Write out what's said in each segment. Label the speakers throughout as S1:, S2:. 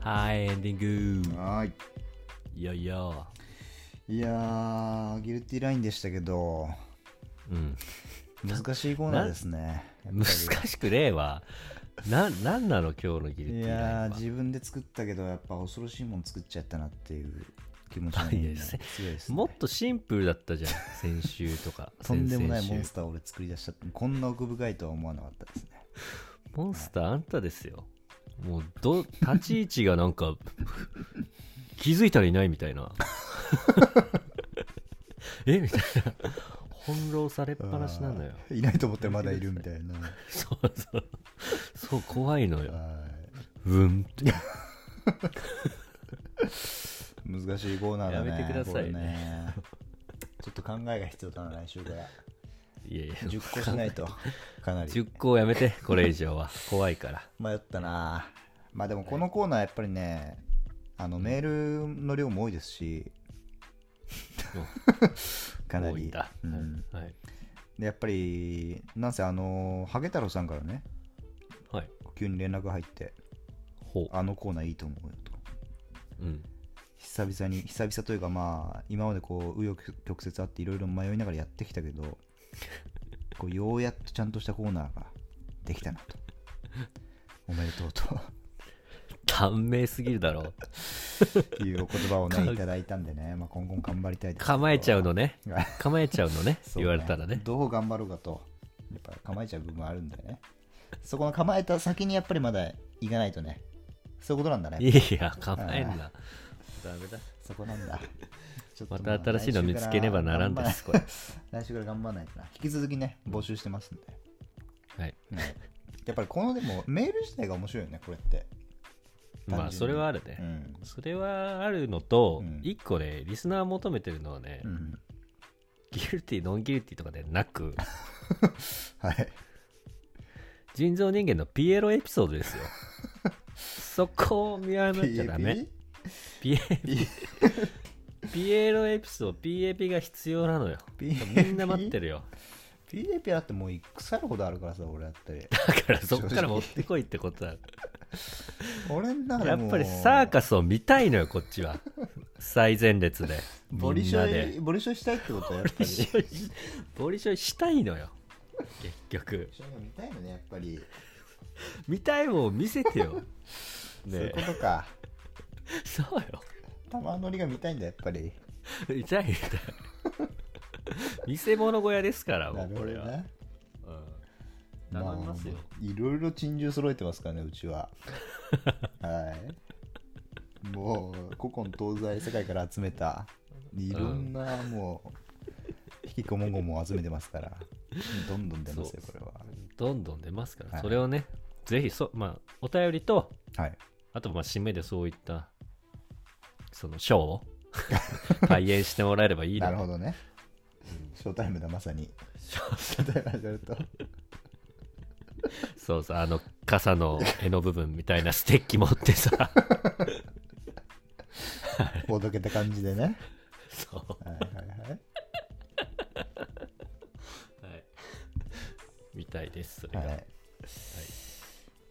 S1: はい、エンディング。
S2: はい
S1: よいよ。
S2: いいやーギルティラインでしたけど
S1: うん。
S2: 難しいコーナーですね
S1: 難しくねえわ。な、なんなの今日のギルテ
S2: い
S1: ィーラ
S2: や
S1: イン
S2: ー
S1: は。
S2: 自分で作ったけどやっぱ恐ろしいもん作っちゃったなっていう気持ちがね
S1: いやせ
S2: 強いですね
S1: もっとシンプルだったじゃん。先週とか。
S2: とんでもない
S1: 先
S2: モン
S1: 々
S2: ス
S1: 週
S2: ターを俺作り出しちゃってこんな奥深いとは思わなかったですね
S1: モンスターあんたですよ。もう、ど、立ち位置がなんか、気づいたらいないみたいな。 えみたいな。翻弄されっぱなしなのよ。
S2: いないと思ったらまだいるみたいな
S1: そうそう。そう、怖いのよ。
S2: はい
S1: うんって。
S2: 難しいコーナーだね
S1: やめてくださいね
S2: これねちょっと考えが必要だな来週から
S1: いやいや、
S2: 10個しないとかなり
S1: 10個やめて、これ以上は。怖いから。
S2: 迷ったなまあでもこのコーナーやっぱりねあのメールの量も多いですし かな
S1: 多いん
S2: り
S1: だ。
S2: うん
S1: はい。
S2: でやっぱりなんせあのハゲ太郎さんからね
S1: はい。
S2: 急に連絡入って
S1: ほ
S2: あのコーナーいいと思うよと
S1: う。うん。
S2: 久々に久々というかまあ今までこう紆余曲折あっていろいろ迷いながらやってきたけどこうようやっとちゃんとしたコーナーができたな とおめでとうと
S1: 短命すぎるだろ。
S2: いうお言葉をねいただいたん でね、まあ、今後も頑張りたいですけど
S1: 構えちゃう のね。
S2: はい
S1: 構えちゃうのね。
S2: そう
S1: 言われたらね。
S2: どう頑張ろうかとやっぱ構えちゃう部分はあるんだよねそこの構えた先にやっぱりまだ行かないとねそういうことなんだね
S1: いや、構えんな。ダメだ。
S2: そこなんだちょっと
S1: ま
S2: あ
S1: た新しいの見つけねばならんです、 これ。
S2: 来週から頑張らないとな引き続きね募集してますんで、
S1: はい。
S2: ねやっぱりこのでもメール自体が面白いよねこれって
S1: まあ、それはある
S2: う
S1: ね。
S2: ん、
S1: それはあるのと
S2: うん、
S1: 一個ね、リスナー求めてるのはね
S2: う、ん、
S1: ギルティ、ノンギルティとかでなく、
S2: はい
S1: 人造人間のピエロエピソード ですよ。そこを見誤っちゃダメ。ピエピエロエピソード、PAP が必要なのよ。みんな待って
S2: る
S1: るよ。
S2: PAP だってもう腐るほどあるからさ俺だっ たり
S1: だからそっから持ってこいってことだ。
S2: 俺の中で
S1: やっ
S2: もう
S1: ぱりサーカスを見たいのよ、こっちは。最前列で。
S2: ボリ
S1: みん
S2: シ
S1: な
S2: ョイ
S1: で。
S2: ボリショイしたいってことはやっぱり
S1: ボリショイボリショイしたいのよ。結局。
S2: ショイが見たいのねやっぱり、
S1: 見たいもんを見せてよ。
S2: そういう
S1: ね
S2: こ
S1: え
S2: とか
S1: そうよ。
S2: 玉乗りが見たいんだやっぱり
S1: 見たい見たい。見せ物小屋ですから、も
S2: な
S1: う
S2: る
S1: こ
S2: ほど
S1: れは。
S2: ね
S1: うん頼みますよ。
S2: あいろいろ珍獣揃えてますからねう ちははいもう古今東西世界から集めたいろんなもう、引きこもごもを集めてますからどんどん出ますよこ
S1: そ
S2: れは
S1: どんどん出ますから、
S2: はい
S1: それをね、ぜひそ、まあ、お便りと、
S2: はい
S1: あと、まあ、締めでそういった、その、賞 を体現してもらえればいい
S2: なる
S1: ど。
S2: ほどねショータイムだまさに
S1: 賞
S2: ショータイム始まると
S1: そうさ、あの、傘の柄の部分みたいなステッキ持ってさ、
S2: おどけた感じでね
S1: そ、
S2: はいはいはいう
S1: はい。みたいです、それが。
S2: はい。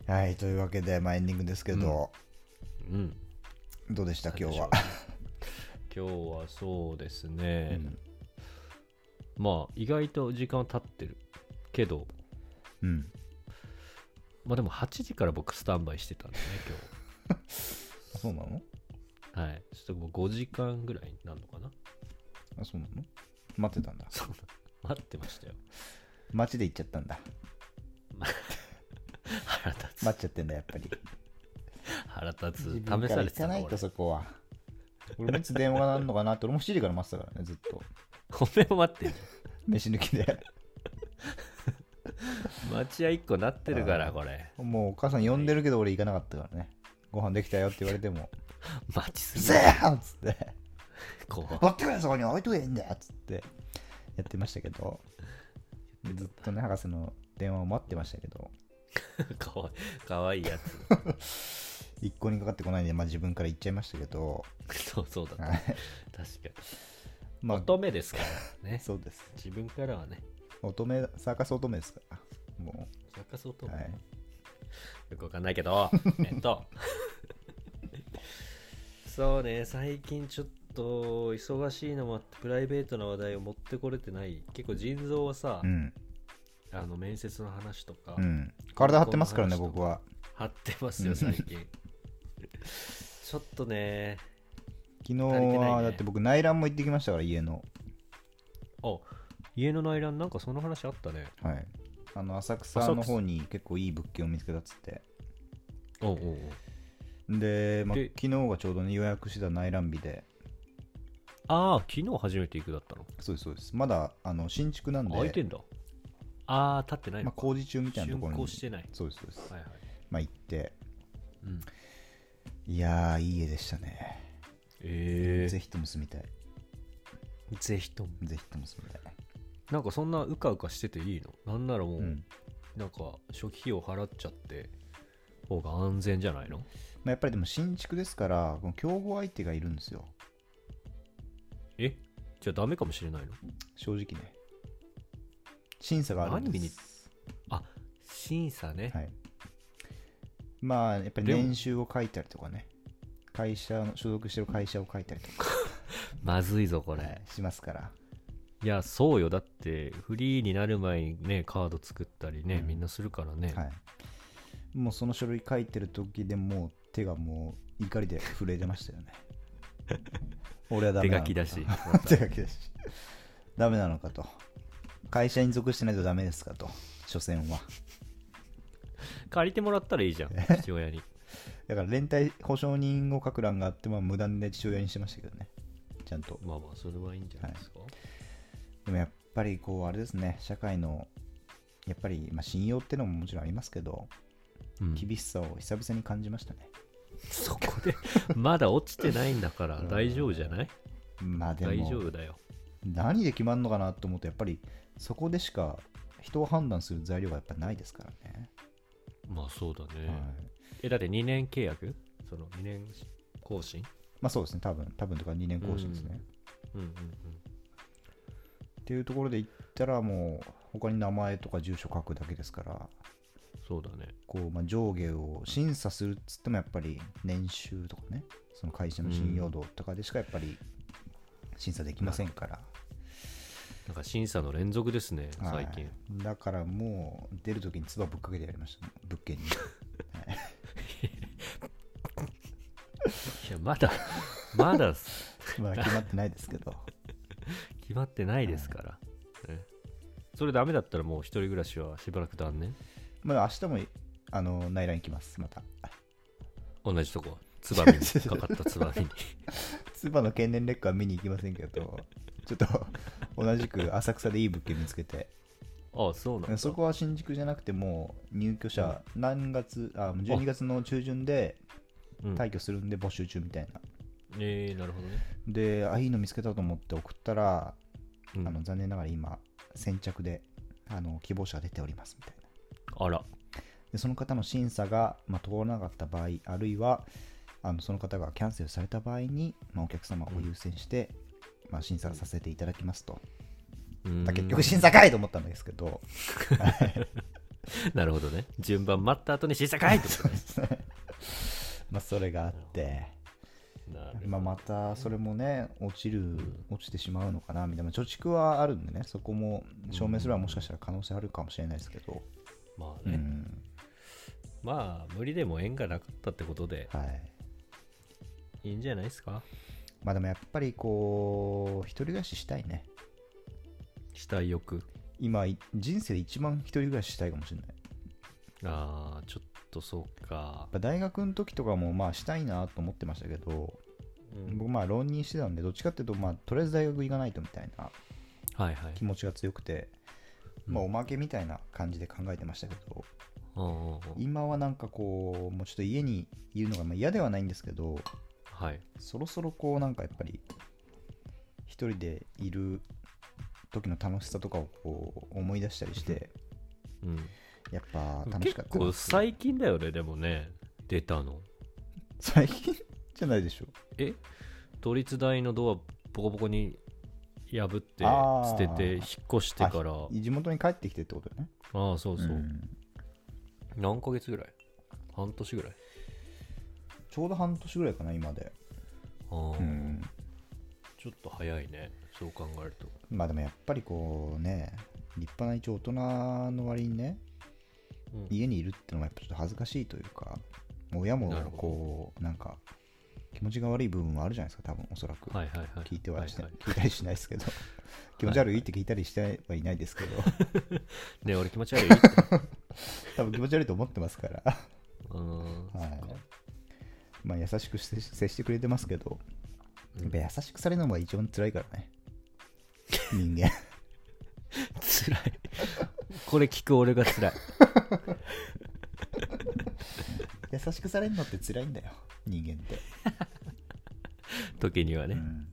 S2: はい、というわけで、まあ、エンディングですけど、
S1: うん。
S2: どうでした、今日は。
S1: 今日はそうです
S2: う
S1: ね、
S2: ん
S1: まあ、意外と時間は経ってるけど、
S2: うん。
S1: まあでも8時から僕スタンバイしてたんでね、今日。
S2: あそうなの
S1: はい。ちょっともう5時間ぐらいになるのかな
S2: あ、そうなの待ってたんだ。
S1: そうだ。待ってましたよ。
S2: 街で行っちゃったんだ。
S1: 腹立つ。
S2: 待っちゃってんだ、やっ ぱり。
S1: 腹立
S2: 自
S1: つ。
S2: 分
S1: 試
S2: か
S1: さ
S2: ら
S1: れ
S2: 行
S1: てたな
S2: かない
S1: 俺
S2: と、。そこは。俺もいつ電話がなるのかなって、俺も7時から待ってたからね、ずっと。
S1: ごめん、待ってる。
S2: 飯抜きで。
S1: 待合1個なってるから、これ。
S2: もうお母さん呼んでるけど、俺行かなかったからね。ご飯できたよって言われ ても、
S1: 待ちす
S2: う
S1: ぎ
S2: ぜーっつって、
S1: こう。
S2: 持ってくれ、そこに置いとけいいんだよっつって、やってましたけど、ずっとね、博士の電話を待ってましたけど、
S1: かわいかわいいやつ。
S2: 一向にかかってこないんで、まあ、自分から言っちゃいましたけど、
S1: そうそうだった。
S2: はい
S1: 確かに。
S2: ま
S1: 乙女ですから
S2: あ、
S1: ね。
S2: そうです。
S1: 自分からはね、
S2: 乙女、サーカス乙女ですから。も
S1: 逆そうと
S2: う、
S1: 思
S2: は
S1: う
S2: い。
S1: よくわかんないけど、えっと、そうね最近ちょっと忙しいのもあってプライベートな話題を持ってこれてない結構腎臓はさ、
S2: うん、
S1: あの面接の話とか、
S2: うん、体張ってますからね
S1: この話
S2: 僕は
S1: 張ってますよ最近ちょっとね足
S2: 昨日
S1: りてない
S2: は
S1: ね
S2: だって僕内覧も行ってきましたから家の
S1: あ家の内覧なんかその話あったね
S2: はいあの浅草の方に結構いい物件を見つけたっつって
S1: おうおうおう
S2: で、まあ、
S1: で
S2: 昨日がちょうどね予約してた内覧日で
S1: ああ昨日初めて行くだったの
S2: そうですそうですまだあの新築なんで
S1: 空いてんだああ立ってないの
S2: まあ、
S1: か、
S2: 工事中みたいなと
S1: 竣
S2: ころに
S1: 工してない
S2: そうですそうです
S1: はいはい
S2: まあ行って
S1: うん
S2: いやーいい家でしたね、
S1: え
S2: ぜひとも住みたい
S1: えぜひとも
S2: ぜひとも住みたい、
S1: なんかそんなうかうかしてていいのなんならもう、
S2: うん
S1: なんか初期費用払っちゃって方が安全じゃないの
S2: まあ、やっぱりでも新築ですからこの競合相手がいるんですよ
S1: えじゃあダメかもしれないの
S2: 正直ね審査があるん
S1: 何見
S2: で
S1: に
S2: す
S1: 審査ね、
S2: はいまあやっぱり
S1: でも
S2: 年収を書いたりとかね会社の所属してる会社を書いたりとか、
S1: まずいぞこれ、
S2: はいしますから
S1: いやそうよだってフリーになる前にねカード作ったりね、
S2: うん
S1: みんなするからね、
S2: はいもうその書類書いてる時でもう手がもう怒りで震えてましたよ ね俺はダメ
S1: 手
S2: な
S1: 書
S2: の
S1: きだ
S2: か
S1: し
S2: 手書きだしダメなのかと会社に属してないとダメですかと所詮は
S1: 借りてもらったらいいじゃん父親に
S2: だから連帯保証人を書く欄があって、まあ、無断で父親にしてましたけどねちゃんと
S1: まあまあそれはいいんじゃないですか、
S2: でもやっぱりこうあれですね社会のやっぱり、まあ、信用ってのももちろんありますけど
S1: うん
S2: 厳しさを久々に感じましたね
S1: そこでまだ落ちてないんだから
S2: うん
S1: 大丈夫じゃない
S2: まあで
S1: 大丈
S2: も
S1: 夫だよ
S2: 何で決まるのかなと思うとやっぱりそこでしか人を判断する材料がやっぱないですからね、
S1: まあそうだね、
S2: はい
S1: えだって2年契約その2年更新
S2: まあそうですね多分多分とか2年更新ですね、
S1: うんうんうん
S2: っていうところで言ったらもう他に名前とか住所書くだけですから
S1: うんそうだね
S2: こう、まあ、上下を審査するっつってもやっぱり年収とかねその会社の信用度とかでしかやっぱり審査できませんから、
S1: なんか審査の連続ですね
S2: はい
S1: 最近、
S2: だからもう出るときに唾ぶっかけてやりました、物件に
S1: いやまだまだ
S2: まだ決まってないですけど
S1: 決まってないですから、ねそれダメだったらもう一人暮らしはしばらく断念
S2: まあ明日もあの内覧行きますまた
S1: 同じとこつばみにかかったつばみに
S2: 唾の経年劣化は見に行きませんけどちょっと同じく 浅草でいい物件見つけて
S1: ああそうなんだ
S2: そこは新宿じゃなくてもう入居者何月、あもう12月の中旬で
S1: うん
S2: 退去するんで募集中みたいな、
S1: えー、なるほどね、
S2: であいいの見つけたと思って送ったら、
S1: うん
S2: あの残念ながら今先着であの希望者が出ておりますみたいな
S1: あら
S2: でその方の審査が、まあ、通らなかった場合あるいはあのその方がキャンセルされた場合に、まあ、お客様を優先して、まあ、審査させていただきますと、
S1: うーん
S2: だ結局審査かいと思ったんですけど、
S1: なるほどね順番待った後に審査 会ってことね
S2: まあ、それがあって。
S1: なるほど
S2: まあ、またそれもね落ちる落ちてしまうのかなみたいなまあ貯蓄はあるんでねそこも証明すればもしかしたら可能性あるかもしれないですけど、
S1: まあ
S2: う
S1: ね、
S2: ん
S1: まあ無理でも縁がなかったってことで
S2: はい
S1: いいんじゃないですか
S2: まあでもやっぱりこう一人暮らししたいね
S1: 死体欲
S2: 今い人生で一番一人暮らししたいかもしれないや
S1: ああちょっとそうか
S2: っ、ぱ大学の時とかもまあしたいなと思ってましたけど
S1: うん
S2: 僕まあ浪人してたんでどっちかっていうとまあとりあえず大学行かないとみたいな
S1: はいはい
S2: 気持ちが強くて、まあ、おまけみたいな感じで考えてましたけど、
S1: うんうんうん
S2: 今はなんかこうもうちょっと家にいるのがまあ嫌ではないんですけど
S1: はい
S2: そろそろこうなんかやっぱり一人でいる時の楽しさとかをこう思い出したりして
S1: うん
S2: やっぱ楽しか
S1: 結
S2: ったな
S1: 構最近だよねでもね出たの
S2: 最近じゃないでしょ
S1: え都立大のドアボコボコに破って
S2: あー
S1: 捨てて引っ越してからあ
S2: 地元に帰ってきてってことだよね
S1: あーそうそう、
S2: ん
S1: 何ヶ月ぐらい半年ぐらい
S2: ちょうど半年ぐらいかな今で
S1: ああ、
S2: うん、
S1: ちょっと早いねそう考えると
S2: まあでもやっぱりこうね立派な一応大人の割にね
S1: うん
S2: 家にいるってのはやっぱちょっと恥ずかしいというか親も
S1: なるほど
S2: こうなんか気持ちが悪い部分はあるじゃないですか多分おそらく、
S1: はいはいはい
S2: 聞いてはして、
S1: いい
S2: 聞いたりしないで すけど気持ち悪いって聞いたりしてはいないですけど
S1: ね俺気持ち悪いう
S2: 多分気持ち悪いと思ってますから、
S1: ーん
S2: はい
S1: そっか
S2: まあ、優しく接し接してくれてますけど、
S1: うん
S2: やっぱ優しくされるのが一番辛いからね人間
S1: 辛い これ聞く俺が 辛い
S2: 優しくされるのって辛いんだよ人間って、
S1: 時には
S2: う
S1: ね、
S2: ん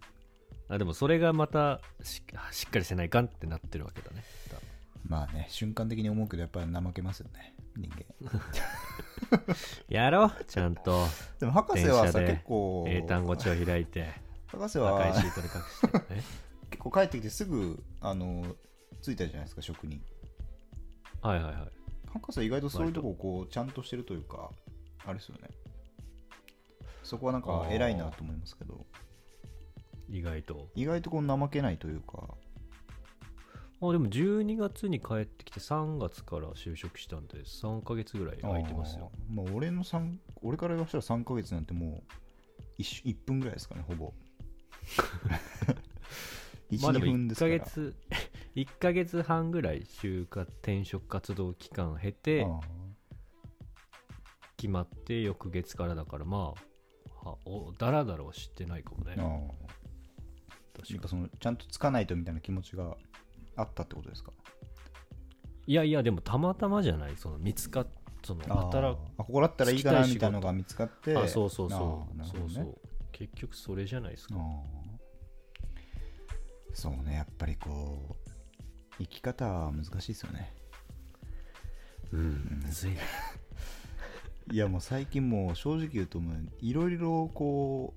S1: あでもそれがまたししっかりせないかんってなってるわけだね多分
S2: まあね瞬間的に思うけどやっぱり怠けますよね人間
S1: やろうちゃんと
S2: でも博士は
S1: 電車
S2: さ
S1: で
S2: 結構
S1: 英単語帳開いて
S2: 博士
S1: 赤い
S2: は
S1: シートに隠 してね
S2: 結構帰ってきてすぐあの着いたじゃないですか職人
S1: はいはいはい
S2: 博士は意外とそういうとここうちゃんとしてるというかあれですよねそこはなんか偉いなと思いますけど
S1: 意外と
S2: 意外とこう怠けないというか
S1: あでも12月に帰ってきて3月から就職したんで3ヶ月ぐらい空いてますよ
S2: あーまあ俺の三俺から言わせたら3ヶ月なんてもう 1, 一分ぐらいですかね ほぼ12、
S1: まあでも
S2: 分で
S1: 1
S2: すか
S1: ヶ
S2: ら
S1: 月 1ヶ月半ぐらい就活転職活動期間経て
S2: あ
S1: 決まって翌月からだからまあはおだらだらは知ってないかもね
S2: ーあーや
S1: 確
S2: っ
S1: か
S2: ぱそのちゃんとつかないとみたいな気持ちがあったってことですか
S1: いやいやでもたまたまじゃないその見つかっその働く
S2: あここだったらいいかな
S1: つきたい仕事
S2: みたいなのが見つかって
S1: あそうそうそ
S2: あー
S1: う
S2: なるほ
S1: そ
S2: ど
S1: う
S2: ね
S1: そう結局それじゃないですか
S2: あーそうねやっぱりこう生き方は難しいですよね
S1: うんむずいね
S2: いやもう最近もう正直言うともういろいろこ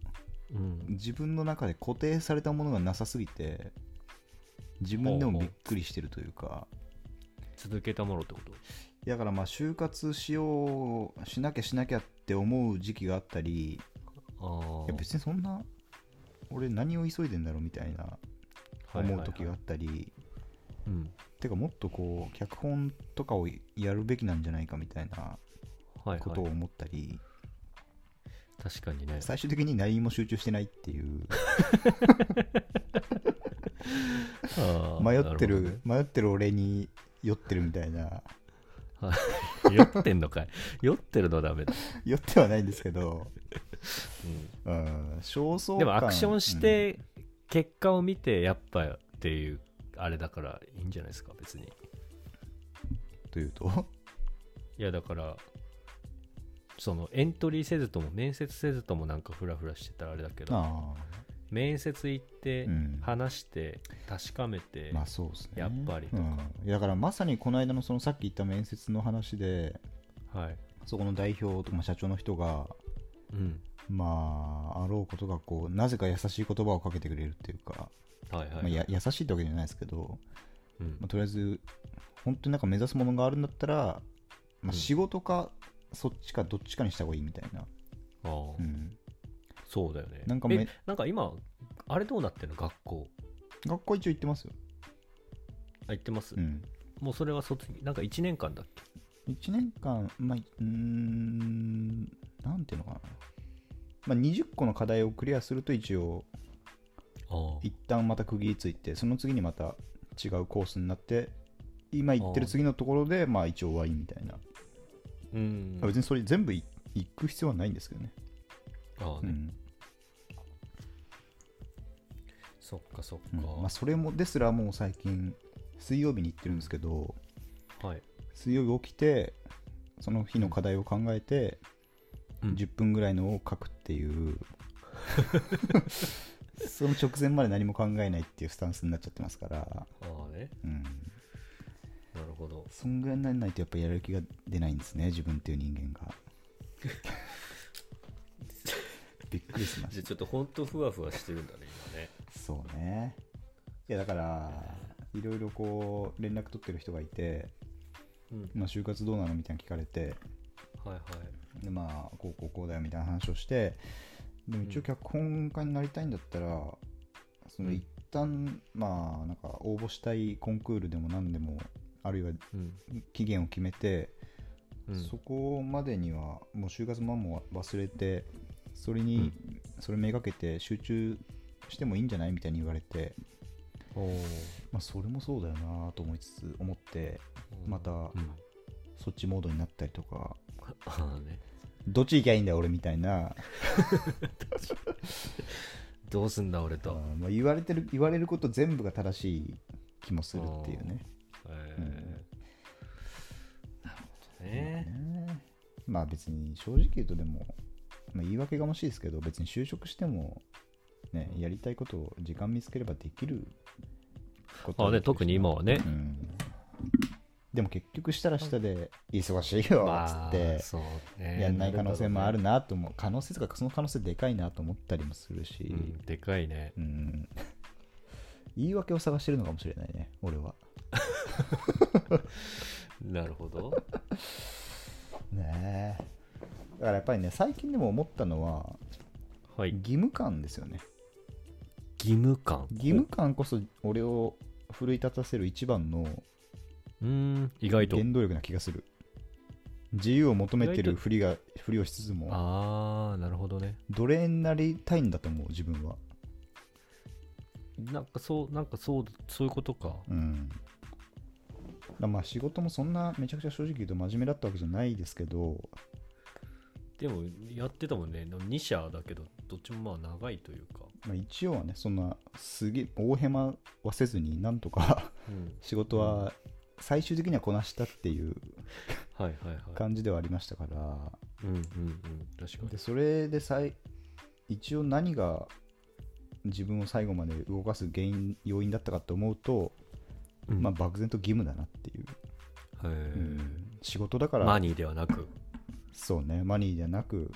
S2: う
S1: うん
S2: 自分の中で固定されたものがなさすぎて自分でもびっくりしてるというか
S1: 続けたものってこと
S2: だからまあ就活しようしなきゃしなきゃって思う時期があったり
S1: あ
S2: いや別にそんな俺何を急いでんだろうみたいな
S1: あ
S2: 思う時があったり、
S1: うん
S2: てかもっとこう脚本とかをやるべきなんじゃないかみたいな
S1: はい
S2: ことを
S1: はい
S2: 思ったり、
S1: 確かにね
S2: 最終的に何も集中してないっていう
S1: あー
S2: 迷ってる
S1: なほ
S2: 迷ってる俺に酔ってるみたいな
S1: どねはい酔ってんのかい 酔ってるのはダメだ、
S2: 酔ってはないんですけど、
S1: う
S2: うん、焦燥
S1: ん
S2: 感
S1: でもアクションし、て結果を見てやっぱっていうあれだからいいんじゃないですか別に
S2: うんというと
S1: いやだからそのエントリーせずとも面接せずともなんかフラフラしてたらあれだけど
S2: あ
S1: 面接行って
S2: うん
S1: 話して確かめて、
S2: あまあそうですね
S1: やっぱりとか
S2: うん、だからまさにこの間のそのさっき言った面接の話で
S1: はい、
S2: そこの代表とかまあ社長の人が
S1: うん、
S2: まああろうことがこうなぜか優しい言葉をかけてくれるっていうか、
S1: はいはい
S2: まあ、や優しいってわけじゃないですけど、
S1: うん
S2: まあ、とりあえず本当になんか目指すものがあるんだったら、
S1: うん
S2: まあ、仕事か、そっちかどっちかにした方がいいみたいな、
S1: あー
S2: うん、
S1: そうだよね
S2: なんか
S1: え
S2: め
S1: なんか今あれどうなってんの学校
S2: 学校一応行ってますよ、
S1: あ行ってます、
S2: うん、
S1: もうそれは卒業なんか1年間だっけ
S2: 1年間まあうーんなんていうのかな、まあ、20個の課題をクリアすると一応
S1: あ
S2: 一旦また区切りついてその次にまた違うコースになって今行ってる次のところでまあ一応終わりみたいな
S1: うん
S2: 別にそれ全部い行く必要はないんですけどね、
S1: あー
S2: う
S1: ね、
S2: ん
S1: そっかそっか、
S2: うんまあ、それもですらもう最近水曜日に行ってるんですけど
S1: はい、
S2: 水曜日起きてその日の課題を考えて
S1: うん
S2: 10分ぐらいのを書くっ ていう、その直前まで何も考えないっていうスタンスになっちゃってますから、
S1: ああね
S2: うん、
S1: なるほど
S2: そんぐらいにならないとやっぱやる気が出ないんですね自分っていう人 間がびっくりしま
S1: じゃ
S2: し
S1: あちょっとほんとふわふわしてるんだね今ね
S2: たそうねいやだからいろいろこう連絡取ってる人がいて、
S1: うん
S2: まあ、就活どうなのみたいなの聞かれて
S1: はいはい
S2: でまあこうこうこうだよみたいな話をしてでも一応脚本家になりたいんだったら、その
S1: うん
S2: 一旦まあなんか応募したいコンクールでも何でもあるいは
S1: うん
S2: 期限を決めて、
S1: うん
S2: そこまでにはもう就活マンも忘れてそれに、それめがけて集中してもいいんじゃないみたいに言われて、
S1: おー
S2: まあ、それもそうだよなと思いつつ思ってまた
S1: うん
S2: そっちモードになったりとか
S1: あのね
S2: どっち行きゃいいんだ俺みたいな、
S1: どうすんだ俺
S2: あ
S1: と、
S2: ーまあ、言われてる言われること全部が正しい気もするっていうね
S1: え
S2: うん
S1: なるほど
S2: まあ
S1: ね
S2: ねまあ別に正直言うとでも、まあ、言い訳がましいですけど別に就職してもね
S1: うん
S2: やりたいことを時間見つければできること
S1: あね特に今はね、
S2: うんでも結局したら下で忙しいよっつ
S1: ま
S2: っ
S1: あ
S2: て
S1: そうね
S2: やんない可能性もあるなと思う可能性とかその可能性でかいなと思ったりもするし、
S1: うんでかいね
S2: うん、 言い訳を探してるのかもしれないね俺は
S1: なるほど
S2: ねえだからやっぱりね最近でも思ったのは
S1: はい
S2: 義務感ですよね
S1: 義務感
S2: 義務感こそ俺を奮い立たせる一番の
S1: うーん意外と
S2: 原動力な気がする自由を求めて
S1: 意外
S2: る
S1: と
S2: ふりがふりをしつつも
S1: ああなるほどね
S2: 奴隷になりたいんだと思う自分は
S1: なんかそうなんかそうそういうことか
S2: うんだからまあ仕事もそんなめちゃくちゃ正直言うと真面目だったわけじゃないですけど
S1: でもやってたもんね2社だけどどっちもまあ長いというか、
S2: まあ、一応はねそんなすげえ大ヘマはせずになんとか
S1: うん、
S2: 仕事は最終的にはこなしたっていう
S1: はいはいはい
S2: 感じではありましたから
S1: うんうんうん確か
S2: でそれで最一応何が自分を最後まで動かす原因要因だったかと思うと、
S1: に、
S2: まあ、
S1: へ
S2: 漠然と義務だなっていう、
S1: え
S2: うん仕事だから
S1: マニーではなく
S2: そうねマニーじゃなく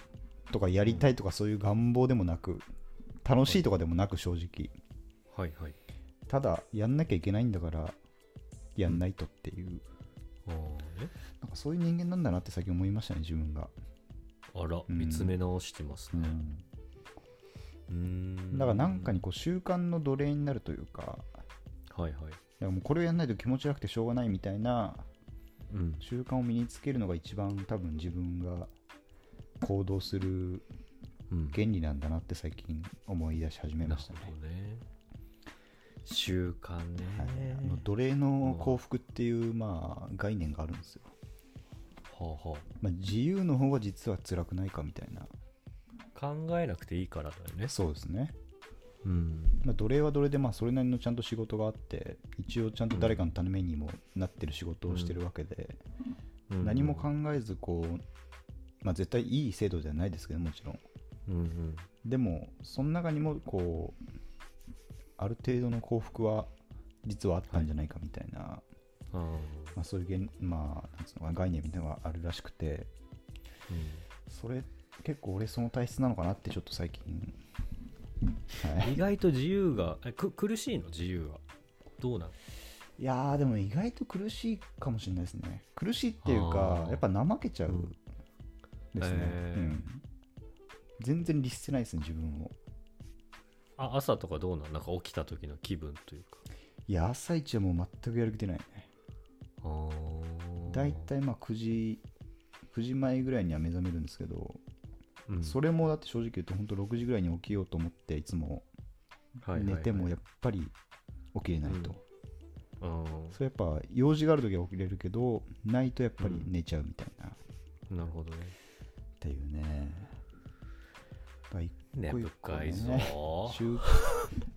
S2: とかやりたいとかそういう願望でもなく楽しいとかでもなく正直
S1: はいはい
S2: ただやんなきゃいけないんだからやんないとっていう、
S1: あーね
S2: なんかそういう人間なんだなって最近思いましたね自分が、
S1: あら、
S2: うん
S1: 見つめ直してます
S2: う
S1: ね
S2: ん
S1: うーん
S2: だからなんかにこう習慣の奴隷になるというか
S1: はいはい
S2: だからもうこれをやんないと気持ち悪くてしょうがないみたいな
S1: うん
S2: 習慣を身につけるのが一番多分自分が行動する
S1: うん
S2: 原理なんだなって最近思い出し始め
S1: な
S2: ま
S1: る
S2: したね。
S1: ほどね習慣ね、
S2: はい、あの奴隷の幸福っていうまあ概念があるんですよ。
S1: はあは
S2: まあ、自由の方が実は辛くないかみたいな。
S1: あ考えなくていいからだよね
S2: そうですね。
S1: うん
S2: まあ、奴隷は奴隷でまあそれなりのちゃんと仕事があって一応ちゃんと誰かのためにもなってる仕事をしてるわけで、
S1: うん
S2: 何も考えずこう、まあ、絶対いい制度じゃないですけどもちろん
S1: うんうん
S2: でもその中にもこうある程度の幸福は実はあったんじゃないかみたいな、
S1: あー
S2: まあ、そういう現、まあ、なんつうのかな概念みたいなのがあるらしくてそれ結構俺その体質なのかなってちょっと最近、は
S1: うん
S2: い、
S1: 意外と自由がえく苦しいの自由はどうなの
S2: いやーでも意外と苦しいかもしれないですね苦しいっていう
S1: あ
S2: か
S1: ー
S2: やっぱ怠けちゃう
S1: うん
S2: ですね、
S1: へー
S2: うん全然律してないですね自分を
S1: あ朝とかどうなのなんか起きた時の気分というか
S2: いや朝一はもう全くやる気出ないね
S1: あー
S2: 大体まあ9時9時前ぐらいには目覚めるんですけど、
S1: うん
S2: それもだって正直言うと本当6時ぐらいに起きようと思っていつも
S1: はいはいはい
S2: 寝てもやっぱり起きれないと、
S1: あー
S2: それやっぱ用事がある時は起きれるけどないとやっぱり寝ちゃうみたいな、っ
S1: なるほどね
S2: ていうねだから一
S1: 根
S2: 個一個
S1: 深
S2: ね
S1: いぞ
S2: 習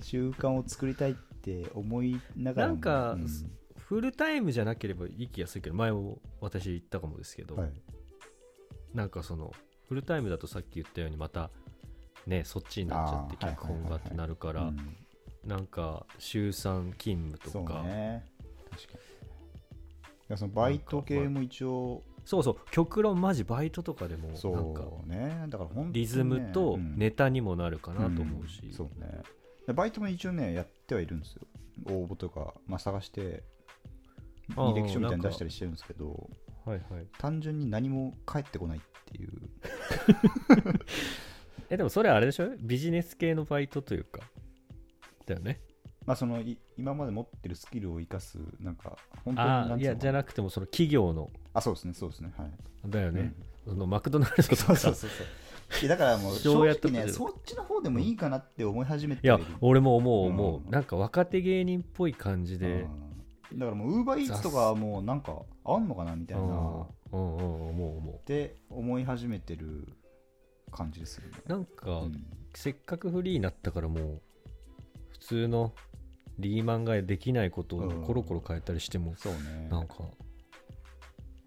S2: 習慣を作りたいって思いながらも
S1: なんか
S2: うん
S1: フルタイムじゃなければいい気がするけど前も私言ったかもですけど、
S2: はい
S1: なんかそのフルタイムだとさっき言ったようにまたねそっちになっちゃって
S2: あー
S1: 脚本がってなるから、
S2: うん
S1: なんか週3勤務と
S2: そう
S1: かそう,、
S2: ね確かにいやそのバイト系も一応
S1: そう極論マジバイトとかでも
S2: そ
S1: なんか
S2: うねだから本当にね
S1: リズムと
S2: うん
S1: ネタにもなるかなと思うし、
S2: んそうねでバイトも一応ねやってはいるんですよ応募とか、まあ、探して
S1: ああ
S2: 履歴書みたい
S1: なん
S2: に出した
S1: か
S2: りしてるんですけど
S1: はいはい
S2: 単純に何も返ってこないっていう
S1: えでもそれはあれでしょビジネス系のバイトというかだよね
S2: まあそのい今まで持ってるスキルを生かすなんか本当に
S1: あ
S2: な
S1: あ
S2: ん
S1: い
S2: つうの
S1: やじゃなくてもその企業の
S2: あそうですねそうですねはい
S1: だよね、そのマクドナルドと
S2: そ
S1: か
S2: うそうそうそういやだから もう
S1: そうや
S2: 正
S1: っと
S2: 直ね
S1: く
S2: そっちの方でもいいかなって思い始めて
S1: いや俺も思う
S2: うん
S1: 思う、なんか若手芸人っぽい感じで
S2: うんだからもうウーバーイーツとかはもうなんかあんのかなみたい
S1: うん
S2: なっ
S1: うんうん思う思
S2: て思い始めてる感じですよね、
S1: うなんか、
S2: うん
S1: せっかくフリーになったからもう普通のリーマンができないことを
S2: うん
S1: コロコロ変えたりしても、
S2: そうね
S1: なんか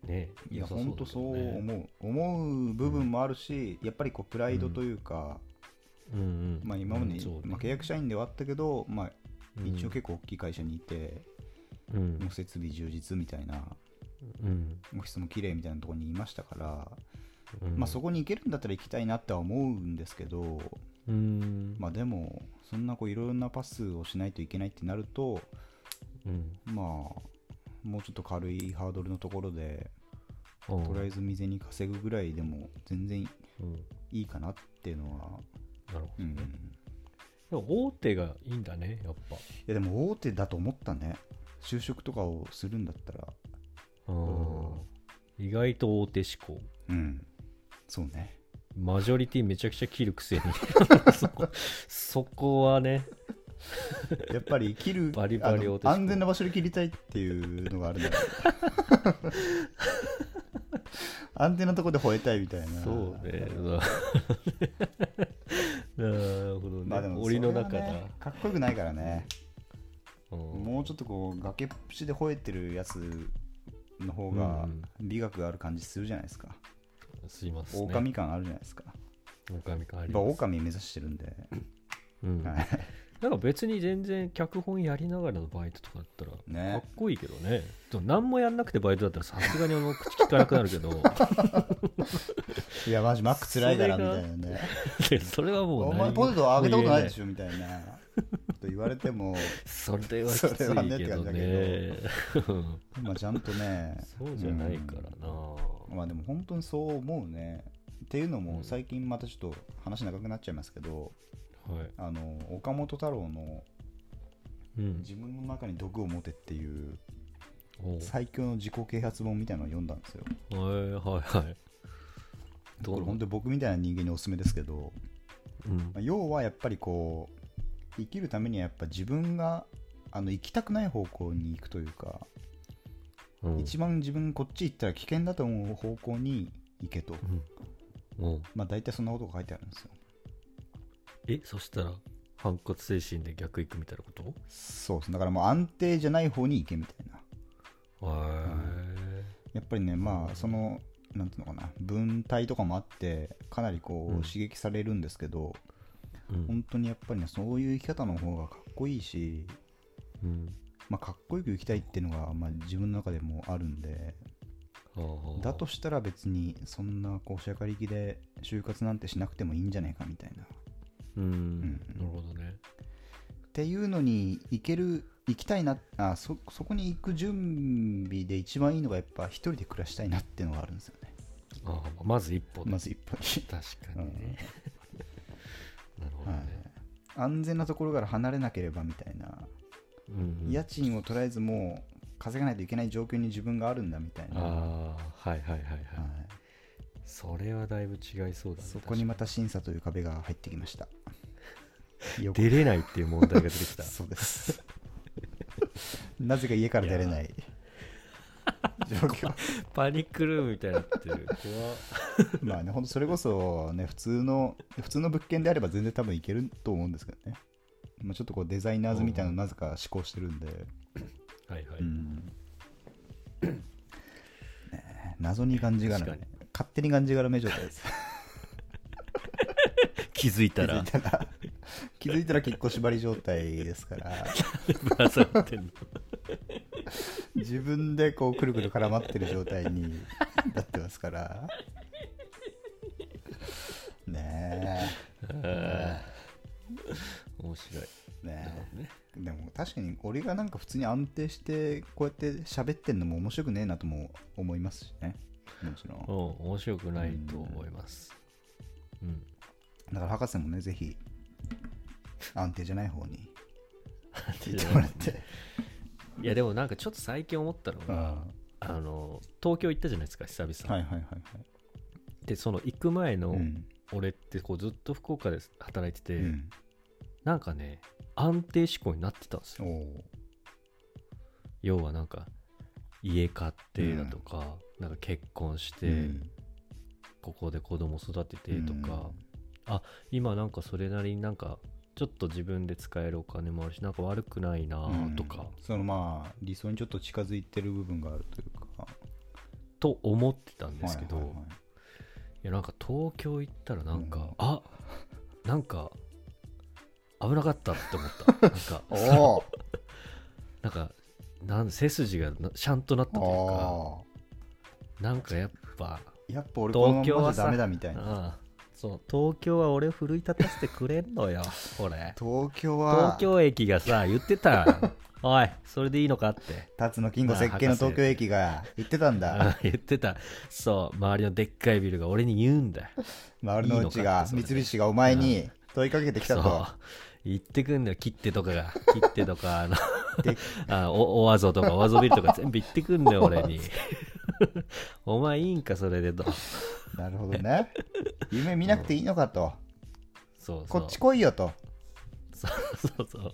S1: ね
S2: いや
S1: 良さだけどね
S2: 本当そう思う思う部分もあるし、やっぱりこうプライドというか、
S1: うんうん
S2: まあ、今まで、
S1: うんそうね
S2: まあ、契約社員ではあったけど、まあ、一応結構大きい会社にいて、
S1: うん
S2: もう設備充実みたいな
S1: うん
S2: オフィスも綺麗みたいなところにいましたから、
S1: うん
S2: まあ、そこに行けるんだったら行きたいなっては思うんですけど、
S1: うん
S2: まあ、でもそんなこういろんなパスをしないといけないってなると
S1: うん
S2: まあもうちょっと軽いハードルのところで
S1: うん
S2: とりあえず未然に稼ぐぐらいでも全然
S1: うん
S2: いいかなっていうのは、
S1: なるほ
S2: う
S1: ど
S2: ん、
S1: ね
S2: い
S1: でも大手がいいんだねやっぱ
S2: やでも大手だと思ったね就職とかをするんだったら
S1: うん意外と大手志向
S2: うんそうね
S1: マジョリティめちゃくちゃ切るくせに そこそこはね
S2: やっぱり切る
S1: バリバリ
S2: あの
S1: 大手志向
S2: 安全な場所で切りたいっていうのがあるんだ ろう安全なとこで吠えたいみたいな
S1: そう ね。なるほど
S2: まあで
S1: ね。
S2: も
S1: 檻の中
S2: それ
S1: だ
S2: は。ねかっこよくないからね
S1: うん
S2: もうちょっとこう崖っぷちで吠えてるやつの方が
S1: うん
S2: 美学がある感じするじゃないですか、
S1: すいません。
S2: 狼感あるじゃないですか
S1: 狼かあ
S2: やっ
S1: り
S2: ぱ
S1: ます。
S2: 狼目指してるんで、
S1: うん
S2: はい
S1: なんか別に全然脚本やりながらのバイトとかだったらか
S2: ね
S1: っこいいけどね。でも何もやんなくてバイトだったらさすがにあの口聞かなくなるけ ど、
S2: いやマジマック辛いからみたいなね
S1: でそれはも
S2: お
S1: う何
S2: 前
S1: も
S2: ポテトあげたことないでし
S1: ょ。
S2: ょみたいなこと言われても、
S1: それはきついけ
S2: それはねって
S1: ど
S2: 感じだ
S1: ね。うん
S2: まあ、ちゃんとね
S1: そうじゃないからな。
S2: うんまあでも本当にそう思うねっていうのも最近またちょっと話長くなっちゃいますけど
S1: はい。
S2: あの岡本太郎の
S1: うん。
S2: 自分の中に毒を持てっていう
S1: おう
S2: 最強の自己啓発本みたいなのを読んだんですよ。
S1: はいはいはい。ど
S2: こ
S1: う
S2: れ本当に僕みたいな人間におすすめですけど、
S1: うん
S2: まあ要はやっぱりこう生きるためにはやっぱ自分があの行きたくない方向に行くというか、
S1: うん
S2: 一番自分こっち行ったら危険だと思う方向に行けと、
S1: うんうん
S2: まあ大体そんなことが書いてあるんですよ。
S1: えそしたら反骨精神で逆行くみたいなこと
S2: そうですだからもう安定じゃない方に行けみたいな。
S1: へー
S2: やっぱりねまあそのなんていうのかな文体とかもあってかなりこう
S1: うん
S2: 刺激されるんですけど、
S1: うん
S2: 本当にやっぱりねそういう生き方の方がかっこいいし、
S1: うん
S2: まあ、かっこよく生きたいっていうのが、まあ、自分の中でもあるんで
S1: あー
S2: だとしたら別にそんなこう社会力で就活なんてしなくてもいいんじゃないかみたいなっ
S1: うん、
S2: うん
S1: なるほどね
S2: ていうのに行ける行きたいなあそそこに行く準備で一番いいのがやっぱ一人で暮らしたいなっていうのがあるんですよね
S1: あーまず一歩で、
S2: まず一歩に
S1: 確かにね、なるほど
S2: はい
S1: ね、
S2: 安全なところから離れなければみたいな、
S1: うんうん
S2: 家賃をとりあえずもう稼がないといけない状況に自分があるんだみたいな
S1: ああはいはいはいはい、
S2: はい
S1: それはだいぶ違いそうだね
S2: そこにまた審査という壁が入ってき ました。よ
S1: 確かに出れないっていう問題が出てき た
S2: そうです。 なぜか家から出れない状況。
S1: パニックルームみたいになってる怖っ
S2: まあね、本当それこそね、普通の、普通の物件であれば全然多分いけると思うんですけどね。まあ、ちょっとこうデザイナーズみたいなのなぜか思考してるんで、
S1: はいはい、
S2: うんねえ謎にがんじがらめ
S1: 確か
S2: 勝手にがんじがらめ状態です。
S1: 気づい
S2: 気
S1: た
S2: づ
S1: ら
S2: いたら、気づいたら結構縛り状態ですから。
S1: ぶら下がってんの
S2: 自分でこうくるくる絡まってる状態になってますからね
S1: 面白い
S2: えねえでも確かに俺がなんか普通に安定してこうやって喋ってんのも面白くねえなとも思いますしねもちろん
S1: うん、面白くないと思います。うん。
S2: だから博士もね、ぜひ、安定じゃない方に行ってもらっ
S1: い
S2: て。
S1: やでもなんかちょっと最近思ったの
S2: うん
S1: が、
S2: は
S1: あの東京行ったじゃないですか久
S2: いは
S1: 々、
S2: いはいはい。
S1: でその行く前の
S2: うん
S1: 俺ってこうずっと福岡で働いて
S2: う
S1: て、
S2: ん。
S1: なんかね安定志向になってたんですよ
S2: おお
S1: 要はなんか家買ってだとか、なんか結婚して、
S2: ー。うん
S1: ここで子供育ててとか、今なんかそれなりになんかちょっと自分で使えるお金もあるしなんか悪くないな
S2: うん
S1: とか、
S2: そのまあ、理想にちょっと近づいてる部分があるというか。
S1: と思ってたんですけど、
S2: はい
S1: い
S2: はいはい
S1: やなんか東京行ったらなんか、
S2: うん
S1: あなんか危なかったって思ったな んか
S2: おー
S1: なんかなん背筋がなちゃんとなったというか
S2: あ
S1: なんかやっぱ
S2: ーやっぱ俺この
S1: 東京
S2: まま
S1: は
S2: じ
S1: さ
S2: ゃダメだみたいな
S1: ああそう東京は俺を奮い立たせてくれん のよ俺
S2: 東京は
S1: 東京駅がさ言って たおいそれでいいのかって
S2: 辰野金吾設計の東京駅が言ってたんだ
S1: あ 言ってたそう周りのでっかいビルが俺に言うんだよ
S2: 周りのうちが
S1: いいのかってそれ
S2: 三
S1: で
S2: 菱がお前に問いかけてきた
S1: そう
S2: と
S1: 言ってくんだよ切手とか が切手とかあの
S2: で
S1: あおおわぞとかおわぞビルとか全部言ってくん だよ俺に お前いいんかそれでと
S2: なるほどね夢見なくていいのかと
S1: そうそ
S2: こ
S1: う
S2: っち来いよと
S1: そうそうそう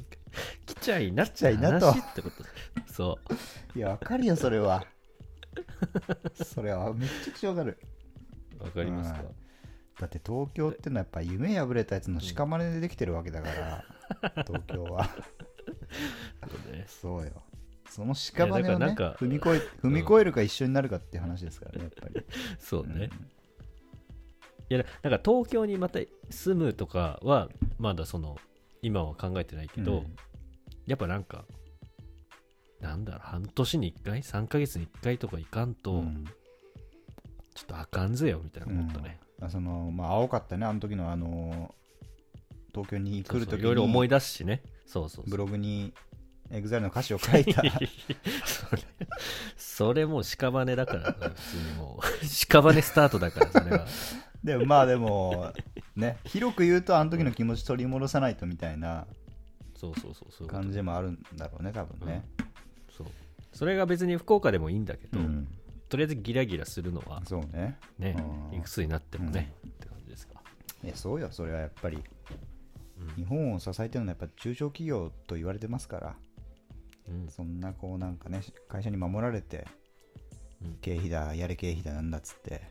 S1: 来ちゃいなっ
S2: ちゃいなと
S1: 話ってことそう
S2: いやわかるよそれはそれはめっちゃくちゃわかる
S1: わかりますか、
S2: だって東京ってのはやっぱ夢破れたやつの屍でできてるわけだ から東京は
S1: そうね
S2: そうよ。その屍を
S1: いやだからな
S2: ね
S1: んか
S2: 踏み越え、踏
S1: ん
S2: み越えるか一緒になるかっていう話ですからね、やっぱり。
S1: そうね、
S2: うん
S1: いやなんか東京にまた住むとかはまだその今は考えてないけど、
S2: うん
S1: やっぱなんかなんだろう半年に1回3ヶ月に1回とか行かんと、
S2: うん
S1: ちょっとあかんぜよみたいな思ったね、
S2: あその、まあ、青かったね、あの時の、あのー、東京に来
S1: そう
S2: る
S1: そう
S2: 時
S1: いろいろ思い
S2: に、
S1: 出すしねそうそうそう
S2: ブログに、エグザイルの歌詞を書 いた。
S1: それそれもう屍だから な普通にもう屍スタートだからそ れは
S2: でも、まあでも、ね、広く言うと、あの時の気持ち取り戻さないとみたいな
S1: そうそうそうそういうこと
S2: 感じもあるんだろうね、多分ね。
S1: そうそれが別に福岡でもいいんだけ
S2: う
S1: ど、
S2: ん。
S1: とりあえずギラギラするのは
S2: そうね。
S1: ね
S2: うん
S1: いくつになってもね、って感じですか
S2: いや、そうよ、それはやっぱり。
S1: うん
S2: 日本を支えてるのはやっぱ中小企業と言われてますから。
S1: うん
S2: そんなこうなんかね会社に守られて
S1: うん
S2: 経費だやれ経費だなんだっつって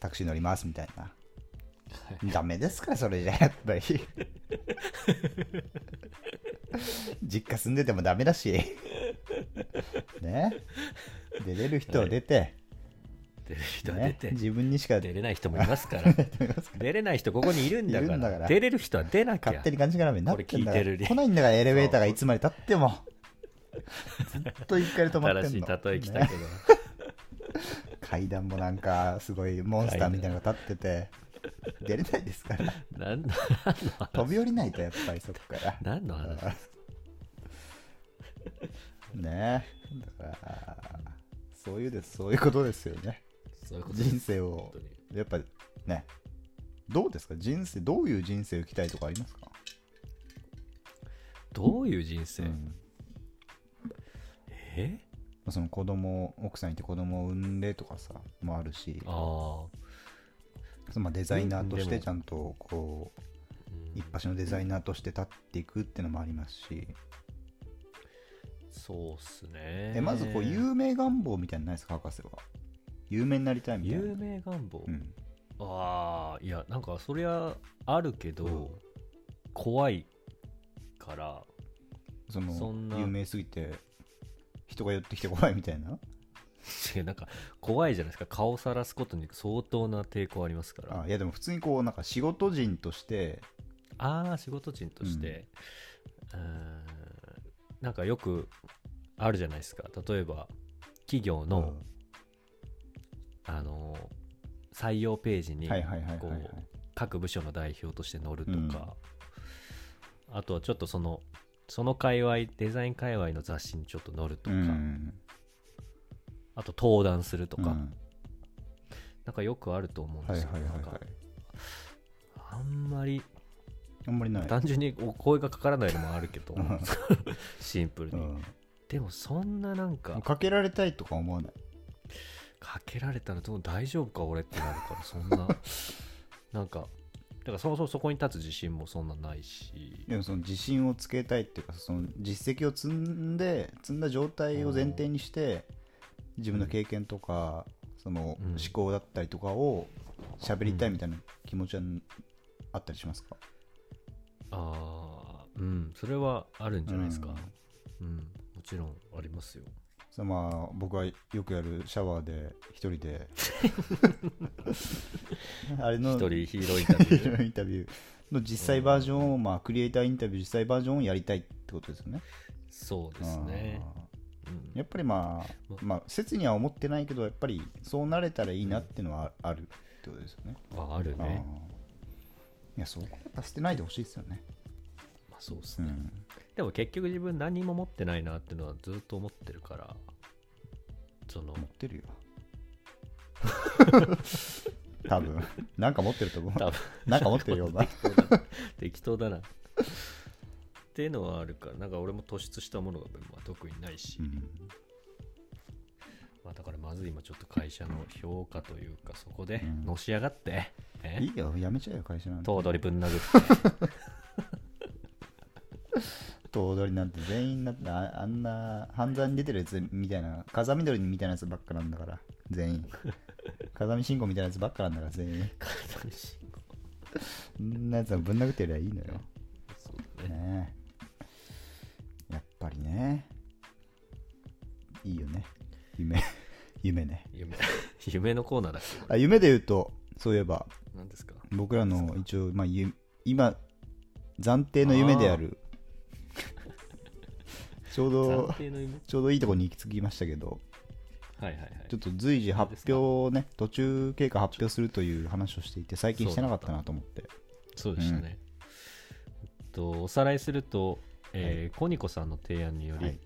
S2: タクシー乗りますみたいなダメですからそれじゃやっぱり実家住んでてもダメだしね出れる人は出て、
S1: 出る人は出
S2: ね
S1: て、
S2: 自分にしか
S1: 出れない人もいますから出れない人ここにいるんだか
S2: いる
S1: ら
S2: んだから
S1: 出れる人は出なきゃ
S2: 勝手に感じがらめになってんだか
S1: これ聞いてる
S2: ら
S1: ね
S2: 来ないんだからエレベーターがいつまでたっ てもずっと一回で止まってん
S1: 新し
S2: の
S1: い例え来た
S2: ね
S1: けど、
S2: 階段もなんかすごいモンスターみたいなのが立ってて出れないです から
S1: なんだ
S2: 飛び降りないとやっぱりそこから
S1: 何の話
S2: ねえだからそういうですそういうことですよね
S1: そういうことです
S2: 人生を
S1: 本当に
S2: やっぱねどうですか人生どういう人生を生きたいとかありますか、
S1: どういう人生、
S2: うん
S1: え
S2: まあその子供奥さんいて子供を産んでとかさもあるし
S1: ああ、
S2: そのまあデザイナーとし
S1: でも
S2: てちゃんとこう
S1: うん
S2: 一発のデザイナーとして立っていくっていうのもありますし
S1: そうっすね
S2: えまずこう有名願望みたいなのないですか博士は有名になりたいみたいな
S1: 有、名願望、
S2: うん、
S1: ああいやなんかそりゃあるけど、
S2: うん
S1: 怖いから
S2: その
S1: そんな
S2: 有名すぎて人が寄ってきて怖いみたいな
S1: 違うなんか怖いじゃないですか顔さらすことに相当な抵抗ありますから
S2: あいやでも普通にこうなんか仕事人として
S1: ああ仕事人として、うーん、なんかよくあるじゃないですか例えば企業の、あのー採用ページ
S2: うん
S1: に
S2: はいはいはいはいはい
S1: こ各部署の代表として載るとか、あとはちょっとそのその界隈デザイン界隈の雑誌にちょっと載るとか、
S2: うん
S1: あと登壇するとか、
S2: うん
S1: なんかよくあると思うん
S2: は
S1: で
S2: い
S1: す
S2: はい
S1: よ、
S2: はい
S1: なん
S2: は
S1: か
S2: い
S1: あんまり
S2: あんまりない。
S1: 単純にお声がかからないのもあるけど
S2: うん
S1: シンプル
S2: う
S1: に、
S2: ん
S1: でもそんななんか
S2: かけられたいとか思わない。
S1: かけられたらどう大丈夫か俺ってなるからそん ななんかだからそもそもそこに立つ自信もそんなないし
S2: でもその自信をつけたいっていうかその実績を積んで積んだ状態を前提にして自分の経験とかその
S1: うん
S2: 思考だったりとかを喋りたいみたいな気持ちはあったりしますか、
S1: ああうんそれはあるんじゃないですか
S2: うん
S1: うん、もちろんありますよ
S2: それまあ僕はよくやるシャワーで一 人であれの
S1: 一人ヒーローインタビュ
S2: ヒー
S1: ー
S2: ローインタビューの実際バージョンをまあクリエイターインタビュー実際バージョンをやりたいってことですよね。
S1: そうですね
S2: あー
S1: うん
S2: やっぱりまあ
S1: ま、
S2: まあ、説には思ってないけど、やっぱりそうなれたらいいなっていうのはああるってことですよね。
S1: あある
S2: あ
S1: ね
S2: ーいや、そこやっぱ捨てないでほしいですよね。
S1: まあそうです
S2: う
S1: ね、
S2: ん。
S1: でも結局自分何も持ってないなってのはずっと思ってるからその
S2: 持ってるよ。 多分なんか持ってると思
S1: 多
S2: う。
S1: 分
S2: なんか持ってるよ、お 前。
S1: 適当だなっていうのはあるからなんか俺も突出したものがまあ特にないし、
S2: うん
S1: まあ、だからまず今ちょっと会社の評価というかそこで
S2: うん
S1: のし上がって、え
S2: いいよ、やめちゃえよ、会社なんて。
S1: 頭取ぶん殴って
S2: 頭取なんて全員なってあ、あんな犯罪に出てるやつみたいな、風見鶏みたいなやつばっかなんだから、全 員。風見信号みたいなやつばっかなんだから、全員。
S1: 風見信号
S2: そんなやつをぶん殴ってりゃいいのよ。
S1: そうだね
S2: ねえやっぱりねいいよね夢 夢ね
S1: 夢 夢のコーナーだっけ
S2: あ夢で言うとそういえば
S1: 何ですか
S2: 僕らの一応、まあ、ゆ今暫定の夢であ るちょうど
S1: 暫定の夢は
S2: ちょうどいいとこに行き着きましたけど
S1: いはいはい
S2: ちょっと随時発表をね途中経過発表するという話をしていて最近してなかったなと思って
S1: そうでしたね、えっとおさらいすると、えーコニコさんの提案により、
S2: はい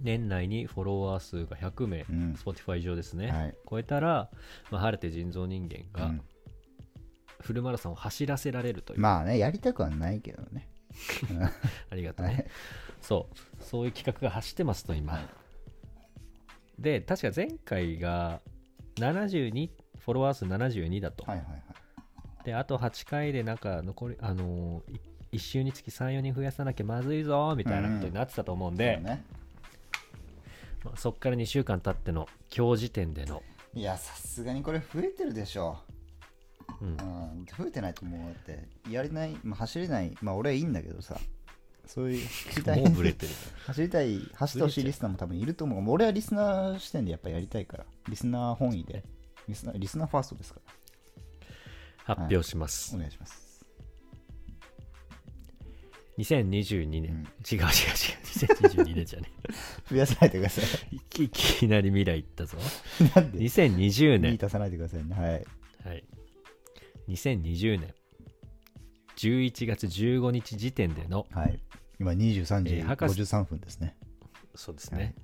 S1: 年内にフォロワー数が100名、
S2: うん
S1: Spotify 上ですね、
S2: はい
S1: 超えたら、まあ、晴れて人造人間
S2: う
S1: が
S2: ん
S1: フルマラソンを走らせられるという、
S2: まあねやりたくはないけどね
S1: ありがとうね、そうそういう企画が走ってますと今、で確か前回が72フォロワー数72だと、
S2: はいはいはい
S1: であと8回でなんか残りあのーい一周につき34人増やさなきゃまずいぞーみたいなことになってたと思うんで、
S2: そうね
S1: まあ、そっから2週間経っての今日時点での、
S2: いやさすがにこれ増えてるでしょ
S1: うん
S2: うん、増えてないともうだってやれない、まあ、走れないまあ俺はいいんだけどさそういう走りたい
S1: もうブレてる
S2: 走りたい走ってほしいリスナーも多分いると思う俺はリスナー視点でやっぱやりたいからリスナー本位でリスナーリスナーファーストですから
S1: 発表します、
S2: お願いします
S1: 2022年、
S2: うん
S1: 違う違う違う2022年じゃねえ
S2: 増やさ ないでくださ
S1: いきいきなり未来行ったぞ
S2: い なんで
S1: 2020
S2: 見
S1: 年
S2: 出さないでくださいねはい
S1: はい2020年11月15日時点での
S2: はい今23時
S1: えー博士
S2: 53分ですね、
S1: そうですね、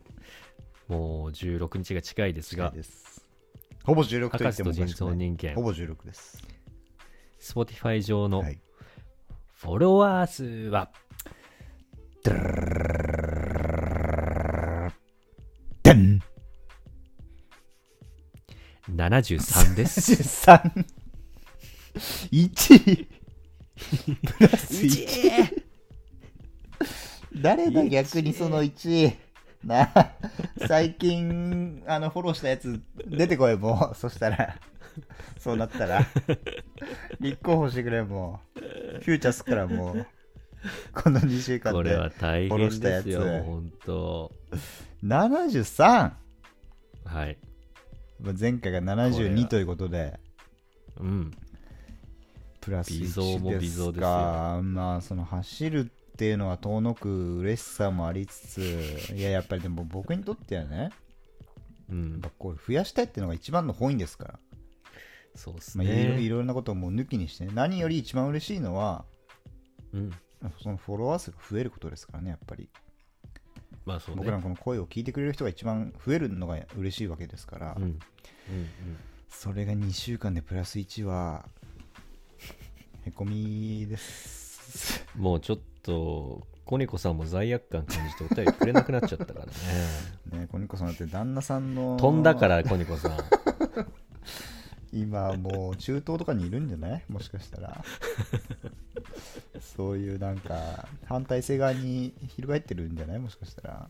S1: もう16日が近いです
S2: 近い
S1: が
S2: ですほぼ16と言
S1: 博
S2: って
S1: 士と
S2: もお
S1: 人
S2: かしく
S1: 造
S2: ない
S1: 人間
S2: ほぼ16です
S1: Spotify 上の
S2: はい
S1: フォロワー数は
S2: でん
S1: 73です
S2: 13 1プラス1
S1: 1
S2: 誰だ逆にその1なあ最近あのフォローしたやつ出てこいもうそしたらそうなったら立候補してくれもうフューチャーすっからもうこの2週間
S1: これは
S2: で
S1: 大
S2: フォロ
S1: 変
S2: ーした
S1: で
S2: やつ
S1: すよもう本当
S2: 73
S1: はい
S2: 前回が
S1: これは
S2: 72ということで
S1: うん
S2: プラス1
S1: 微
S2: ですか
S1: 増も微増ですよ
S2: まあその走るっていうのは遠のく嬉しさもありつついややっぱりでも僕にとってはね
S1: うん
S2: やっぱこう増やしたいっていうのが一番の本意ですから、
S1: そうです
S2: まあ、いろいろい
S1: ね
S2: ろなことをもう抜きにしてね、何より一番嬉しいのは
S1: うん
S2: そのフォロワー数が増えることですからねやっぱり
S1: まあそうね
S2: 僕らのこの声を聞いてくれる人が一番増えるのが嬉しいわけですから、
S1: うんうんうん
S2: それが2週間でプラス1はへこみです。
S1: もうちょっとコニコさんも罪悪感感じてお便りくれなくなっちゃった からね
S2: ね、コニコさんだって旦那さんの
S1: 飛んだからコニコさん
S2: 今もう中東とかにいるんじゃないもしかしたらそういうなんか反対性側に翻ってるんじゃないもしかしたら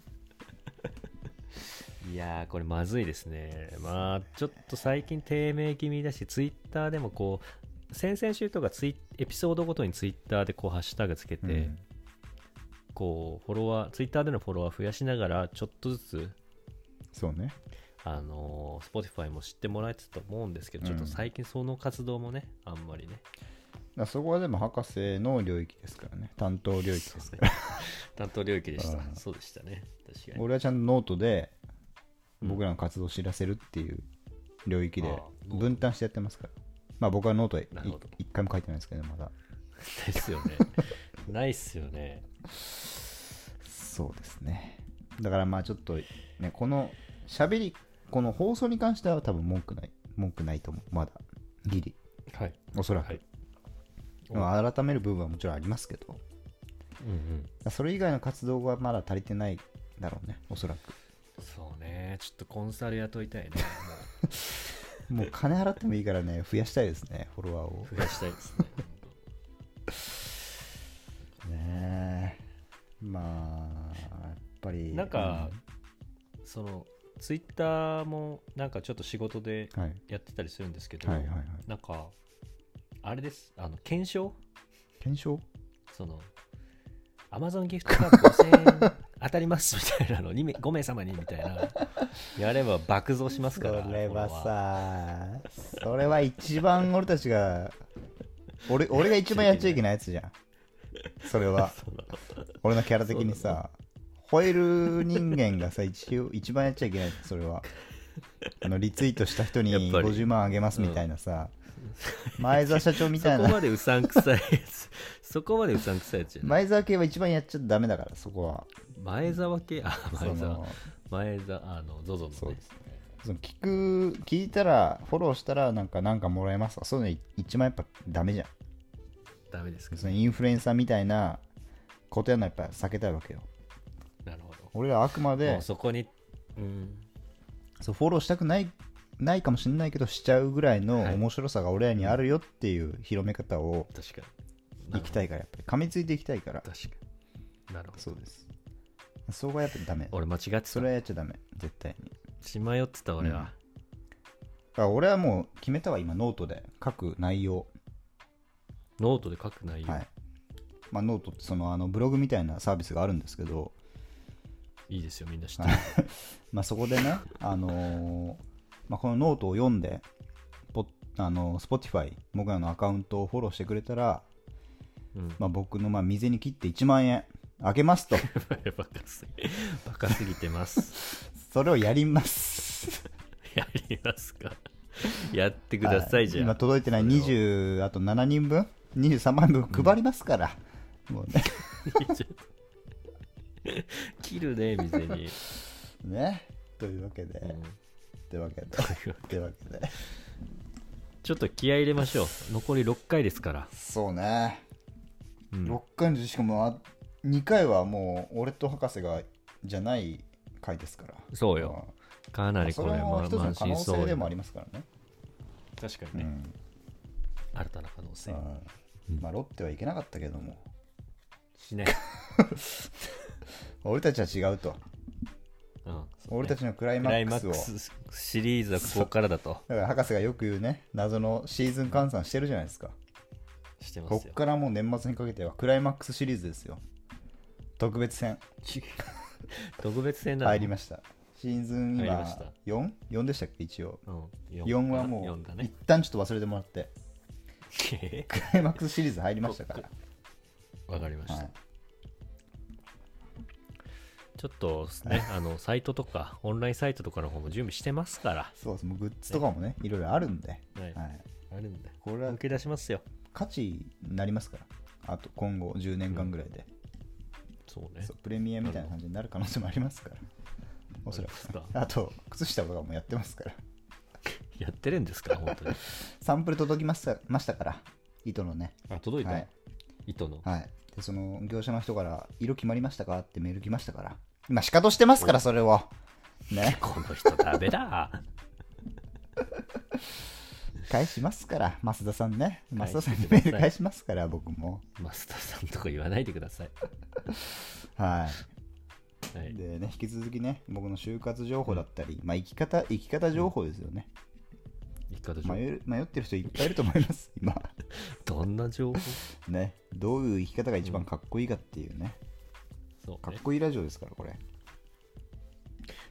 S1: いやーこれまずいですねまあちょっと最近低迷気味だしツイッターでもこう先々週とかツイエピソードごとにツイッターでこうハッシュタグつけて、
S2: うん
S1: こうフォロワーツイッターでのフォロワー増やしながらちょっとずつ
S2: そうね
S1: あのー Spotify も知ってもらえてたと思うんですけど、
S2: うん
S1: ちょっと最近その活動もねあんまりね
S2: だからそこはでも博士の領域ですからね担当領域です
S1: そうですね 担当領域でした
S2: うん
S1: そうでしたね確かに
S2: 俺はちゃんとノートで
S1: うん
S2: 僕らの活動を知らせるっていう領域
S1: あ
S2: で
S1: ーノート
S2: 分担してやってますからまあ僕はノートい
S1: なるほど
S2: 一回も書いてないですけどまだ
S1: ですよ ねないっすよね
S2: そうですねだからまあちょっとねこの喋りこの放送に関しては多分文句ない文句ないと思うまだギリ
S1: はい
S2: おそらく、
S1: はい
S2: まあ改める部分はもちろんありますけど
S1: うんうん
S2: それ以外の活動はまだ足りてないだろうねおそらく
S1: そうねちょっとコンサル雇いたいね
S2: もう金払ってもいいからね増やしたいですねフォロワーを
S1: もう増やしたいです ね
S2: ねえまあやっぱり
S1: なんか、そのツイッターもなんかちょっと仕事で
S2: うんはい、
S1: やってたりするんですけど、
S2: はいはいはい
S1: なんかあれですあの検証
S2: 検証
S1: そのアマゾンギフトカード5000円当たりますみたいなの2名5名様にみたいなやれば爆増します
S2: そ
S1: から
S2: れは
S1: フォロワ
S2: さそれは一番俺たちが俺俺が一番やっちゃいけないやつじゃんそれは
S1: ー その
S2: 俺のキャラ的にさ吠える人間がさ一応一番やっちゃいけないそれはあのリツイートした人に
S1: やっぱり
S2: 50万あげますみたいなさ、前澤社長みたい
S1: そこ
S2: な
S1: までうさんくさいやつ そこまでうさんくさいやつじゃない
S2: 前澤系は一番やっちゃダメだからそこは
S1: 前澤系あ
S2: そ
S1: 前澤
S2: の
S1: 前澤あの ZOZO のね
S2: そうですその聞く聞いたらフォローしたらなんかなんかもらえますとかそういうの一番やっぱダメじゃん
S1: ダメですか
S2: そのインフルエンサーみたいなことやるのはやっぱ避けたいわけよ
S1: なるほど
S2: 俺らあくま
S1: も
S2: で
S1: うそこにうん
S2: そうフォローしたくないないかもしれないけどしちゃうぐらいの
S1: はい
S2: 面白さが俺らにあるよっていう広め方を
S1: 確かに
S2: いきたいからやっぱり噛みついていきたいから
S1: 確かになるほど
S2: そうですそこはやっぱダメ
S1: 俺間違ってた
S2: それはやっちゃダメ絶対にだ
S1: 血迷ってた俺は、
S2: から俺はもう決めたわ今ノートで書く内容
S1: ノートで書く内容、
S2: はいい、まあ、ノートってそのあのブログみたいなサービスがあるんですけど、
S1: いですよみんな知ってる、
S2: まあ、そこでね、あのーまあ、このノートを読んで、ポあの Spotify、僕らのアカウントをフォローしてくれたら、
S1: うん、
S2: まあ、僕のまあ未然に切って1万円あげますと、
S1: バカすぎ バカすぎてます
S2: それをやります。
S1: やりますかやってくださいじゃん、
S2: 今届いてない
S1: それを
S2: 20、あと7人分、23万分配りますから、もうね
S1: 20切るね店に、
S2: ね。というわけで、
S1: うん
S2: というわけで、というわけで、
S1: ちょっと気合い入れましょう残り6回ですから、
S2: そうね。
S1: うん
S2: 6回のしかもあ2回はもう俺と博士がじゃない回ですから
S1: そうよかな
S2: うん
S1: り
S2: そ
S1: こ
S2: れ
S1: れ
S2: も
S1: ま
S2: 一つの
S1: 満
S2: 可
S1: 身
S2: 能
S1: 創
S2: 性でもあ
S1: 痍
S2: りますからね、
S1: 確か
S2: う
S1: にね、
S2: ん
S1: 新たな可能性
S2: うんまあ、ロッテはいけなかったけども
S1: しない、
S2: 俺たちは違うと
S1: うん、
S2: 俺たちのクライ
S1: ク
S2: マ
S1: ライ
S2: ッ
S1: マ
S2: ク
S1: ッ
S2: スを
S1: クスシリーズはここからだと
S2: だから博士がよく言うね謎のシーズン換算してるじゃないですか
S1: してま
S2: こ
S1: す
S2: っ
S1: よ
S2: からもう年末にかけてはクライマックスシリーズですよ特別戦
S1: 特別戦なの
S2: 入りましたシーズン
S1: 入り
S2: 今
S1: ました
S2: 4? 4でしたっけ一応
S1: うん、
S2: 4はも
S1: 4
S2: う
S1: だ
S2: 一
S1: ね
S2: 旦ちょっと忘れてもらってクライマックスシリーズ入りましたから
S1: わかりました、
S2: はい
S1: ちょっとですね、あのサイトとか、オンラインサイトとかの方も準備してますから、
S2: そうですもうグッズとかもね、いろいろあるんで、
S1: はい
S2: はい、
S1: あるんで、
S2: これは
S1: 抜け出しますよ。
S2: 価値になりますから、あと今後10年間ぐらいで、
S1: そうね
S2: そ。うプレミアみたいな感じになる可能性もありますから、おそら
S1: そうです
S2: く。あと、靴下とかもやってますから、
S1: やってるんですか、本当に。
S2: サンプル届きましたましたから、糸のね
S1: あ届いた、
S2: はい
S1: 糸の
S2: はいでその業者の人から「色決まりましたか?」ってメール来ましたから今仕方してますからそれをね
S1: この人ダメだ
S2: 返しますから 増田さんね
S1: 返
S2: 増
S1: して
S2: 田さんに
S1: くだ
S2: メ
S1: さい
S2: ール返しますから僕も
S1: マスターさんとか言わないでください、
S2: はい
S1: はい、
S2: でね、引き続きね、僕の就活情報だったり、まあ、生き方、生き方情報ですよね。
S1: 一家と情報
S2: 迷う迷ってる人いっぱいいると思います、 今。
S1: どんな情報
S2: ね、どういう生き方が一番かっこいいかっていうね、
S1: そう
S2: か
S1: ね
S2: っこいいラジオですから、これ。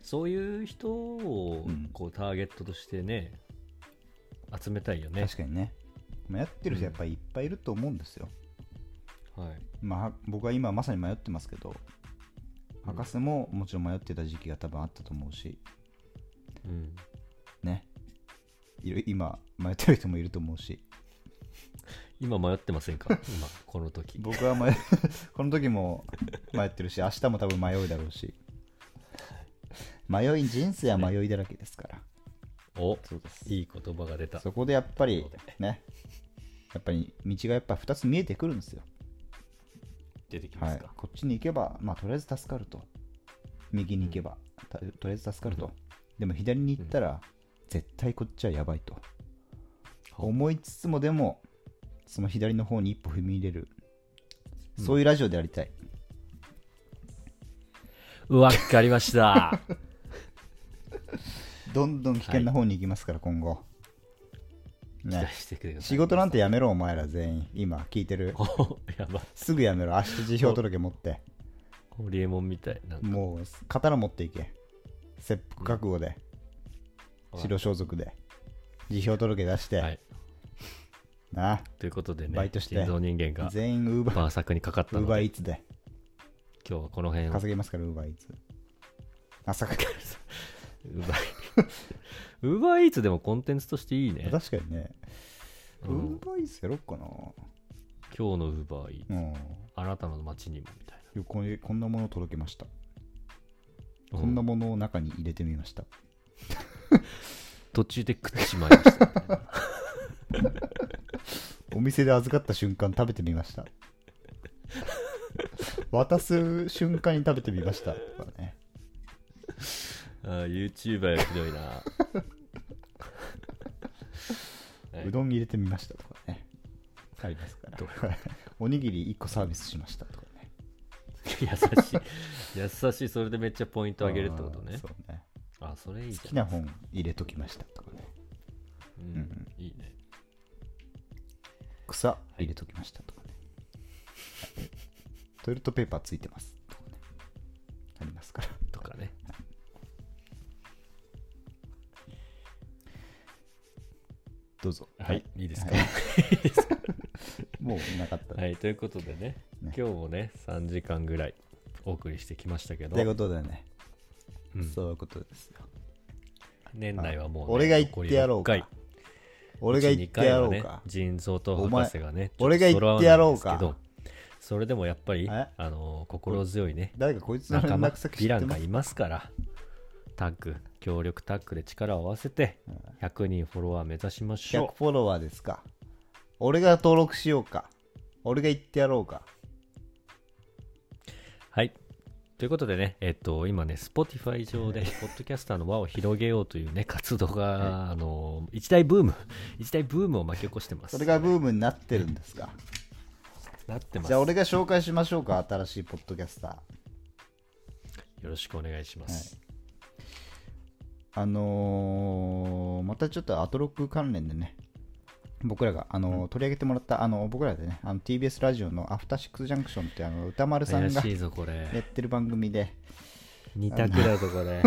S1: そういう人を
S2: うん
S1: こうターゲットとしてね、集めたいよね
S2: 確かにね。迷ってる人やっぱりいっぱいいると思うんですよ。
S1: はい
S2: まあ、僕は今まさに迷ってますけど、
S1: うん
S2: 博士ももちろん迷ってた時期が多分あったと思うし、
S1: うん、
S2: ね。いろ今、迷ってる人もいると思うし、
S1: 今迷ってませんか今この時
S2: 僕は迷う この時も迷ってるし明日も多分迷うだろうし迷い人生は迷いだらけですから、
S1: お
S2: そうです
S1: いい言葉が出た
S2: そこでやっぱり
S1: そうだ
S2: ねやっぱり道がやっぱ2つ見えてくるんですよ
S1: 出てきま
S2: は
S1: す
S2: い
S1: か、、
S2: こっちに行けば、まあ、とりあえず助かると右に行けば、たとりあえず助かると、
S1: うん
S2: でも左に行ったら、絶対こっちはやばいと
S1: ほう
S2: 思いつつもでもその左の方に一歩踏み入れる、
S1: うん
S2: そういうラジオでありたい
S1: わかりました
S2: どんどん危険な方に行きますから、今後。
S1: 期
S2: ね
S1: 待、してくれ
S2: 仕事なんてやめろ、お前ら全員。今、聞いてる。
S1: お やば
S2: すぐやめろ、明日辞表届持って。
S1: ホリエモンみたいなんか
S2: もう、刀持っていけ。切腹覚悟で、白装束で、辞表届出して、
S1: はい
S2: な
S1: ということでね
S2: バイトして
S1: 人造人間
S2: あ
S1: が
S2: 全員ウーバー、
S1: バーサクにかかっ
S2: ウ
S1: た
S2: ー
S1: の
S2: バー
S1: で
S2: イーツで
S1: 今日はこの辺を
S2: 稼げますから、ウーバーイーツ。朝かけ
S1: ウ ーバーイウーバーイーツでもコンテンツとしていいね、
S2: 確かにね、ウ
S1: うん
S2: ーバーイーツやろっかな。
S1: 今日のウーバーイーツ
S2: うん
S1: あなたの街にもみたい
S2: よこん。こんなもの届けました。
S1: な
S2: こんな
S1: うん
S2: ものを中に入れてみました。
S1: 途中で食ってしまいましたみたいな
S2: お店で預かった瞬間食べてみ ました渡す瞬間に食べてみましたとかね
S1: あー YouTuber はひどいな はいう
S2: どん入れてみましたとかねありますか
S1: ど
S2: ら おにぎり1個サービスしましたとかね
S1: 優しい優しいそれでめっちゃポイント上げるってこと
S2: あー
S1: ね
S2: そうね
S1: あそれいい
S2: 好
S1: じ
S2: き
S1: ゃん
S2: な本入れときましたとかね
S1: うん
S2: うん
S1: いいね
S2: 草入れときましたとかねトイレットペーパーついてますとかねありますから
S1: とかね
S2: どうぞ
S1: はいいいですか
S2: はいもうなかった
S1: はいということでね今
S2: ね
S1: 日もね3時間ぐらいお送りしてきましたけど
S2: ということでね
S1: うん
S2: そういうことですよ
S1: 年内はもうね
S2: 俺が言ってやろう
S1: 残り
S2: か
S1: 六回。
S2: 俺が言ってやろ
S1: 一
S2: う
S1: 二回は
S2: か
S1: ね。腎臓と博士がね
S2: お前
S1: ちょと揃わないんですけど
S2: 俺が言ってやろうか
S1: それでもやっぱり
S2: え
S1: あの心強いね
S2: 誰かこいつの
S1: 仲
S2: 連
S1: 間
S2: 絡
S1: ヴ
S2: 先知
S1: ィ
S2: っ
S1: ラ
S2: て
S1: ンが
S2: ま
S1: い
S2: す
S1: ますからタッグ協力タッグで力を合わせて100人フォロワー目指しましょう
S2: ?100 フォロワーですか俺が登録しようか俺が言ってやろうか
S1: はい。ということでね、えっと、今ね、Spotify 上で、ポッドキャスターの輪を広げようというね、活動が、あの、一大ブーム、一大ブームを巻き起こしてます。
S2: それがブームになってるんですか
S1: なってます。
S2: じゃあ
S1: よ
S2: 俺が紹介しましょうか新しいポッドキャスター。
S1: ろしくお願いします。
S2: あのーまたちょっとアトロック関連でね、僕らが、あのー取り上げてもらった、あの僕らでね、あの TBS ラジオのアフターシックスジャンクションってあの歌丸さん
S1: 怪
S2: が
S1: しいぞ、こ
S2: や
S1: れ
S2: っ。てる番組で、
S1: 二択だぞ、これ。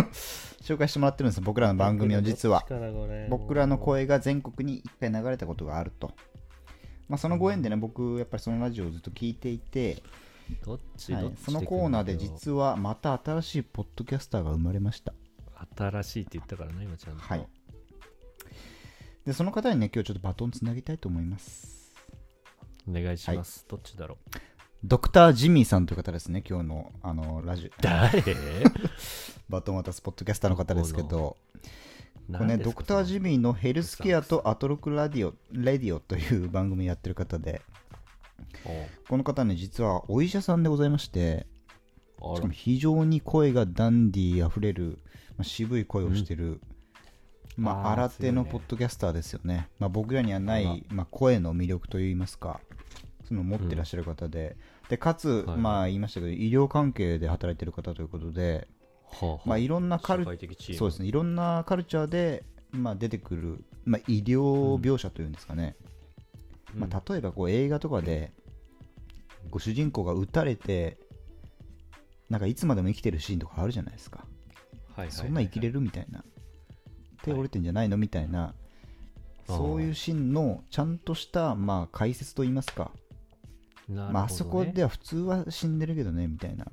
S2: 紹介してもらってるんですよ僕らの番組を実は
S1: どっちかなこれ
S2: 僕らの声が全国に1回流れたことがあると、まあ、そのご縁でね僕やっぱりそのラジオをずっと聞いていて、
S1: どっち、
S2: は
S1: どっ
S2: い
S1: ち
S2: そのコーナーで
S1: 来てくんだ
S2: 実はまた新しいポッドキャスターが生まれました
S1: よ新しいって言ったからね、今ちゃんと。
S2: はいでその方にね今日ちょっとバトンつなぎたいと思います
S1: お願いします。どっちだろう。
S2: ドクタージミーさんという方ですね今日のあのラジオ
S1: 誰
S2: バトン渡すポッドキャスターの方ですけど
S1: な
S2: こ
S1: ん
S2: れね、
S1: です
S2: ド
S1: か
S2: クター・ジミーのヘルスケア
S1: その
S2: とアトロクラディオレディオという番組やってる方で、この方ね、実はお医者さんでございまして、
S1: お
S2: し
S1: あ
S2: からも非常に声がダンディーあふれる、まあ、渋い声をしてる、まあ、
S1: あー
S2: 新手の
S1: 強いね
S2: ポッドキャスターですよね。まあ、僕らにはな
S1: あら
S2: い、まあ、声の魅力といいますか、その持ってらっしゃる方で、でかつ、
S1: はい
S2: まあ、言いましたけど、医療関係で働いてる方ということで、
S1: はあはあ
S2: まあ、いろんなカル
S1: 社会的地位
S2: そうですねいろんなカルチャーで、まあ、出てくる、まあ、医療描写というんですかね、まあ、例えばこう映画とかで、こう主人公が撃たれてなんかいつまでも生きてるシーンとかあるじゃないですか、そんな生きれ
S1: る
S2: るみたいな手折れてんじゃないのみたいな、そういうシーンのちゃんとした、まあ、解説といいますか、まあ、あそこでは普通は死んでるけどねみたいな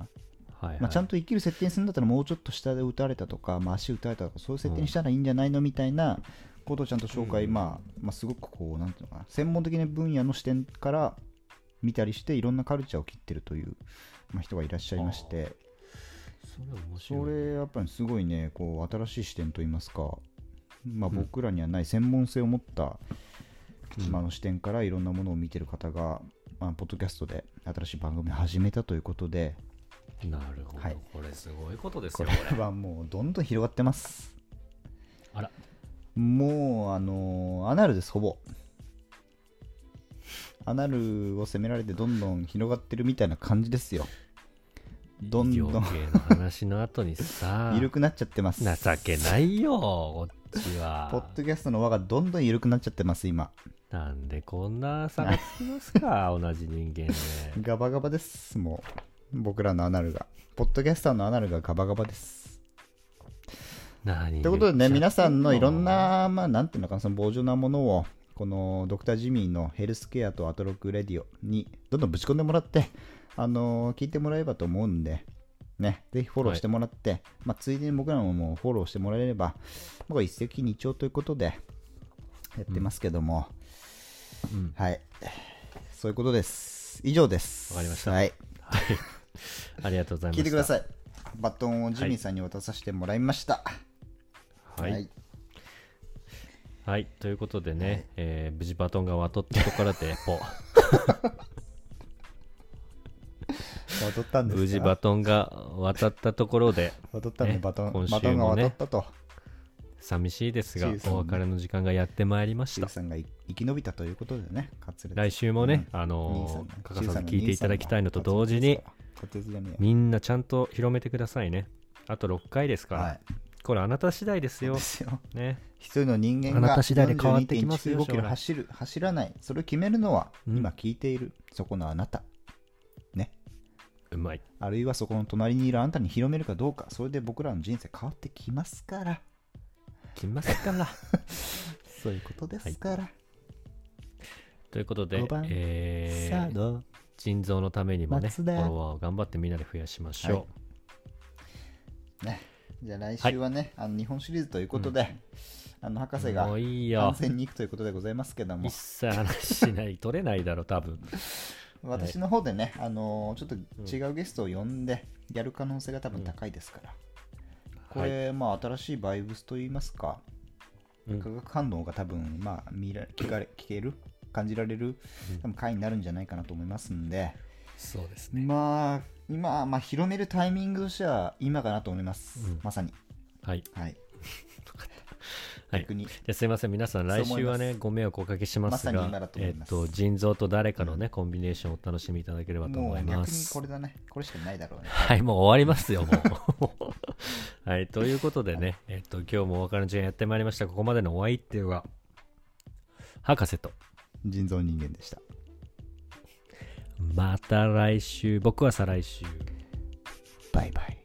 S2: まあ、ちゃん
S1: と
S2: と生きる設定にするんだったらもうちょっと下で打たれたとか、まあ、足打たれたとかそういう設定にしたらいいんじゃないのみたいなことをちゃんと紹介、
S1: うん
S2: まあまあ、すごくこうなんていうのかな専門的な分野の視点から見たりしていろんなカルチャーを切ってるという、まあ、人がいらっしゃいまして
S1: それ面白い
S2: それやっぱりすごいねこう新しい視点といいますか、まあ、僕らにはない専門性を持った、
S1: うん
S2: まああの視点からいろんなものを見てる方が、まあ、ポッドキャストで新しい番組を始めたということで
S1: なるほど、
S2: はい
S1: これすごいことです
S2: こ
S1: よ
S2: れはもうどんどん広がってます。
S1: あら
S2: もう、あのーアナルです、ほぼ。アナルを責められてどんどん広がってるみたいな感じですよ。どんど
S1: 医療
S2: ん
S1: 系の話の後にさ
S2: 緩くなっちゃってます。
S1: 情けないよこっち
S2: ポ
S1: は
S2: ッドキャストの輪がどんどん緩くなっちゃってます、今。
S1: なんでこんな差がつきます か同じ人間で
S2: ガバガバです、もう。僕らのアナルが。ポッドキャスターのアナルがガバガバです。
S1: 何
S2: ということでね、
S1: 言っちゃ
S2: 皆
S1: って
S2: さんのいろんな、まあ、なんていうのかな、その傍受なものを、このドクタージミーのヘルスケアとアトロックレディオにどんどんぶち込んでもらって、あのー聞いてもらえればと思うんで、ね、ぜひフォローしてもらって、まあ、ついでに僕らももうフォローしてもらえれば、僕は一石二鳥ということで、やってますけども、
S1: うん
S2: はい。そういうことです。以上です。
S1: わかりました
S2: はい。
S1: はい ありがとうございました
S2: 聞いてくだ
S1: い
S2: さい。バトンをジミーさんに渡させてもらいました。
S1: はい、はいということでね、えー無事バトンが渡ったところ でポ
S2: 渡ったんですか
S1: 無事バトンが渡ったところで
S2: 渡ったね
S1: ね
S2: バトン、
S1: 今週
S2: バ
S1: もね
S2: トンが渡ったと
S1: 寂しいですが
S2: シーズン
S1: お別れの時間がやってまいりまし
S2: シ
S1: た
S2: ュウさんが生き延びたということでねカツレツ
S1: 来週もね、あ
S2: 兄さ
S1: の
S2: ん
S1: ー
S2: が
S1: 欠かさず聞いていただきたいのと同時に
S2: カツレツじゃねえよ
S1: みんなちゃんと広めてくださいねあと6回ですから、
S2: はい
S1: これあなた次第です
S2: そう
S1: よ
S2: で、すよ
S1: ね、
S2: 一人の人間
S1: あな
S2: が
S1: た次第で変わってきますよ
S2: 42.195キロ
S1: 将来
S2: 走る走らないそれを決めるのは
S1: うん
S2: 今聞いているそこのあなたね
S1: うまい
S2: あるいはそこの隣にいるあなたに広めるかどうかそれで僕らの人生変わってきますから
S1: 来ますから
S2: そういうことですから、
S1: ということで
S2: 五番、
S1: え
S2: さあ
S1: ー、
S2: どう
S1: 腎臓のためにもねフ
S2: 松田
S1: ォロワーを頑張ってみんなで増やしましょう、
S2: はいねじゃあ来週はね、あの日本シリーズということで、あの博士が
S1: もういいよ
S2: 観戦に行くということでございますけども
S1: 一切話しない取れないだろ多分
S2: 私の方でね、あのーちょっと違うゲストを呼んでやる可能性が多分高いですから、こ
S1: はい
S2: れ、まあ新しいバイブスといいますか、
S1: うん
S2: 化学反応が多分、まあ、見ら聞かれ聞ける感じられる
S1: うん
S2: 多分回になるんじゃないかなと思いますんで、
S1: そうです
S2: まあ今、まあ、広めるタイミングとしては今かなと思います、
S1: うん
S2: まさに
S1: はい、
S2: はい
S1: はい
S2: 逆に
S1: じゃあすいません皆さん来週は
S2: そう思い
S1: ね
S2: ます
S1: ご迷惑をおかけします
S2: まさに
S1: が
S2: 今だと思い
S1: え
S2: ま
S1: っ
S2: す
S1: と腎臓と誰かのね、コンビネーションをお楽しみいただければと
S2: も
S1: 思いうま
S2: 逆に
S1: す
S2: これだねこれしかないだろうね
S1: はい、もう終わりますよ、もう。 はい、ということでね、えっと、今日もお別れの時間やってまいりました。ここまでのお相手は、博士と、
S2: 人造人間でした
S1: また来週、僕は再来週。
S2: バイバイ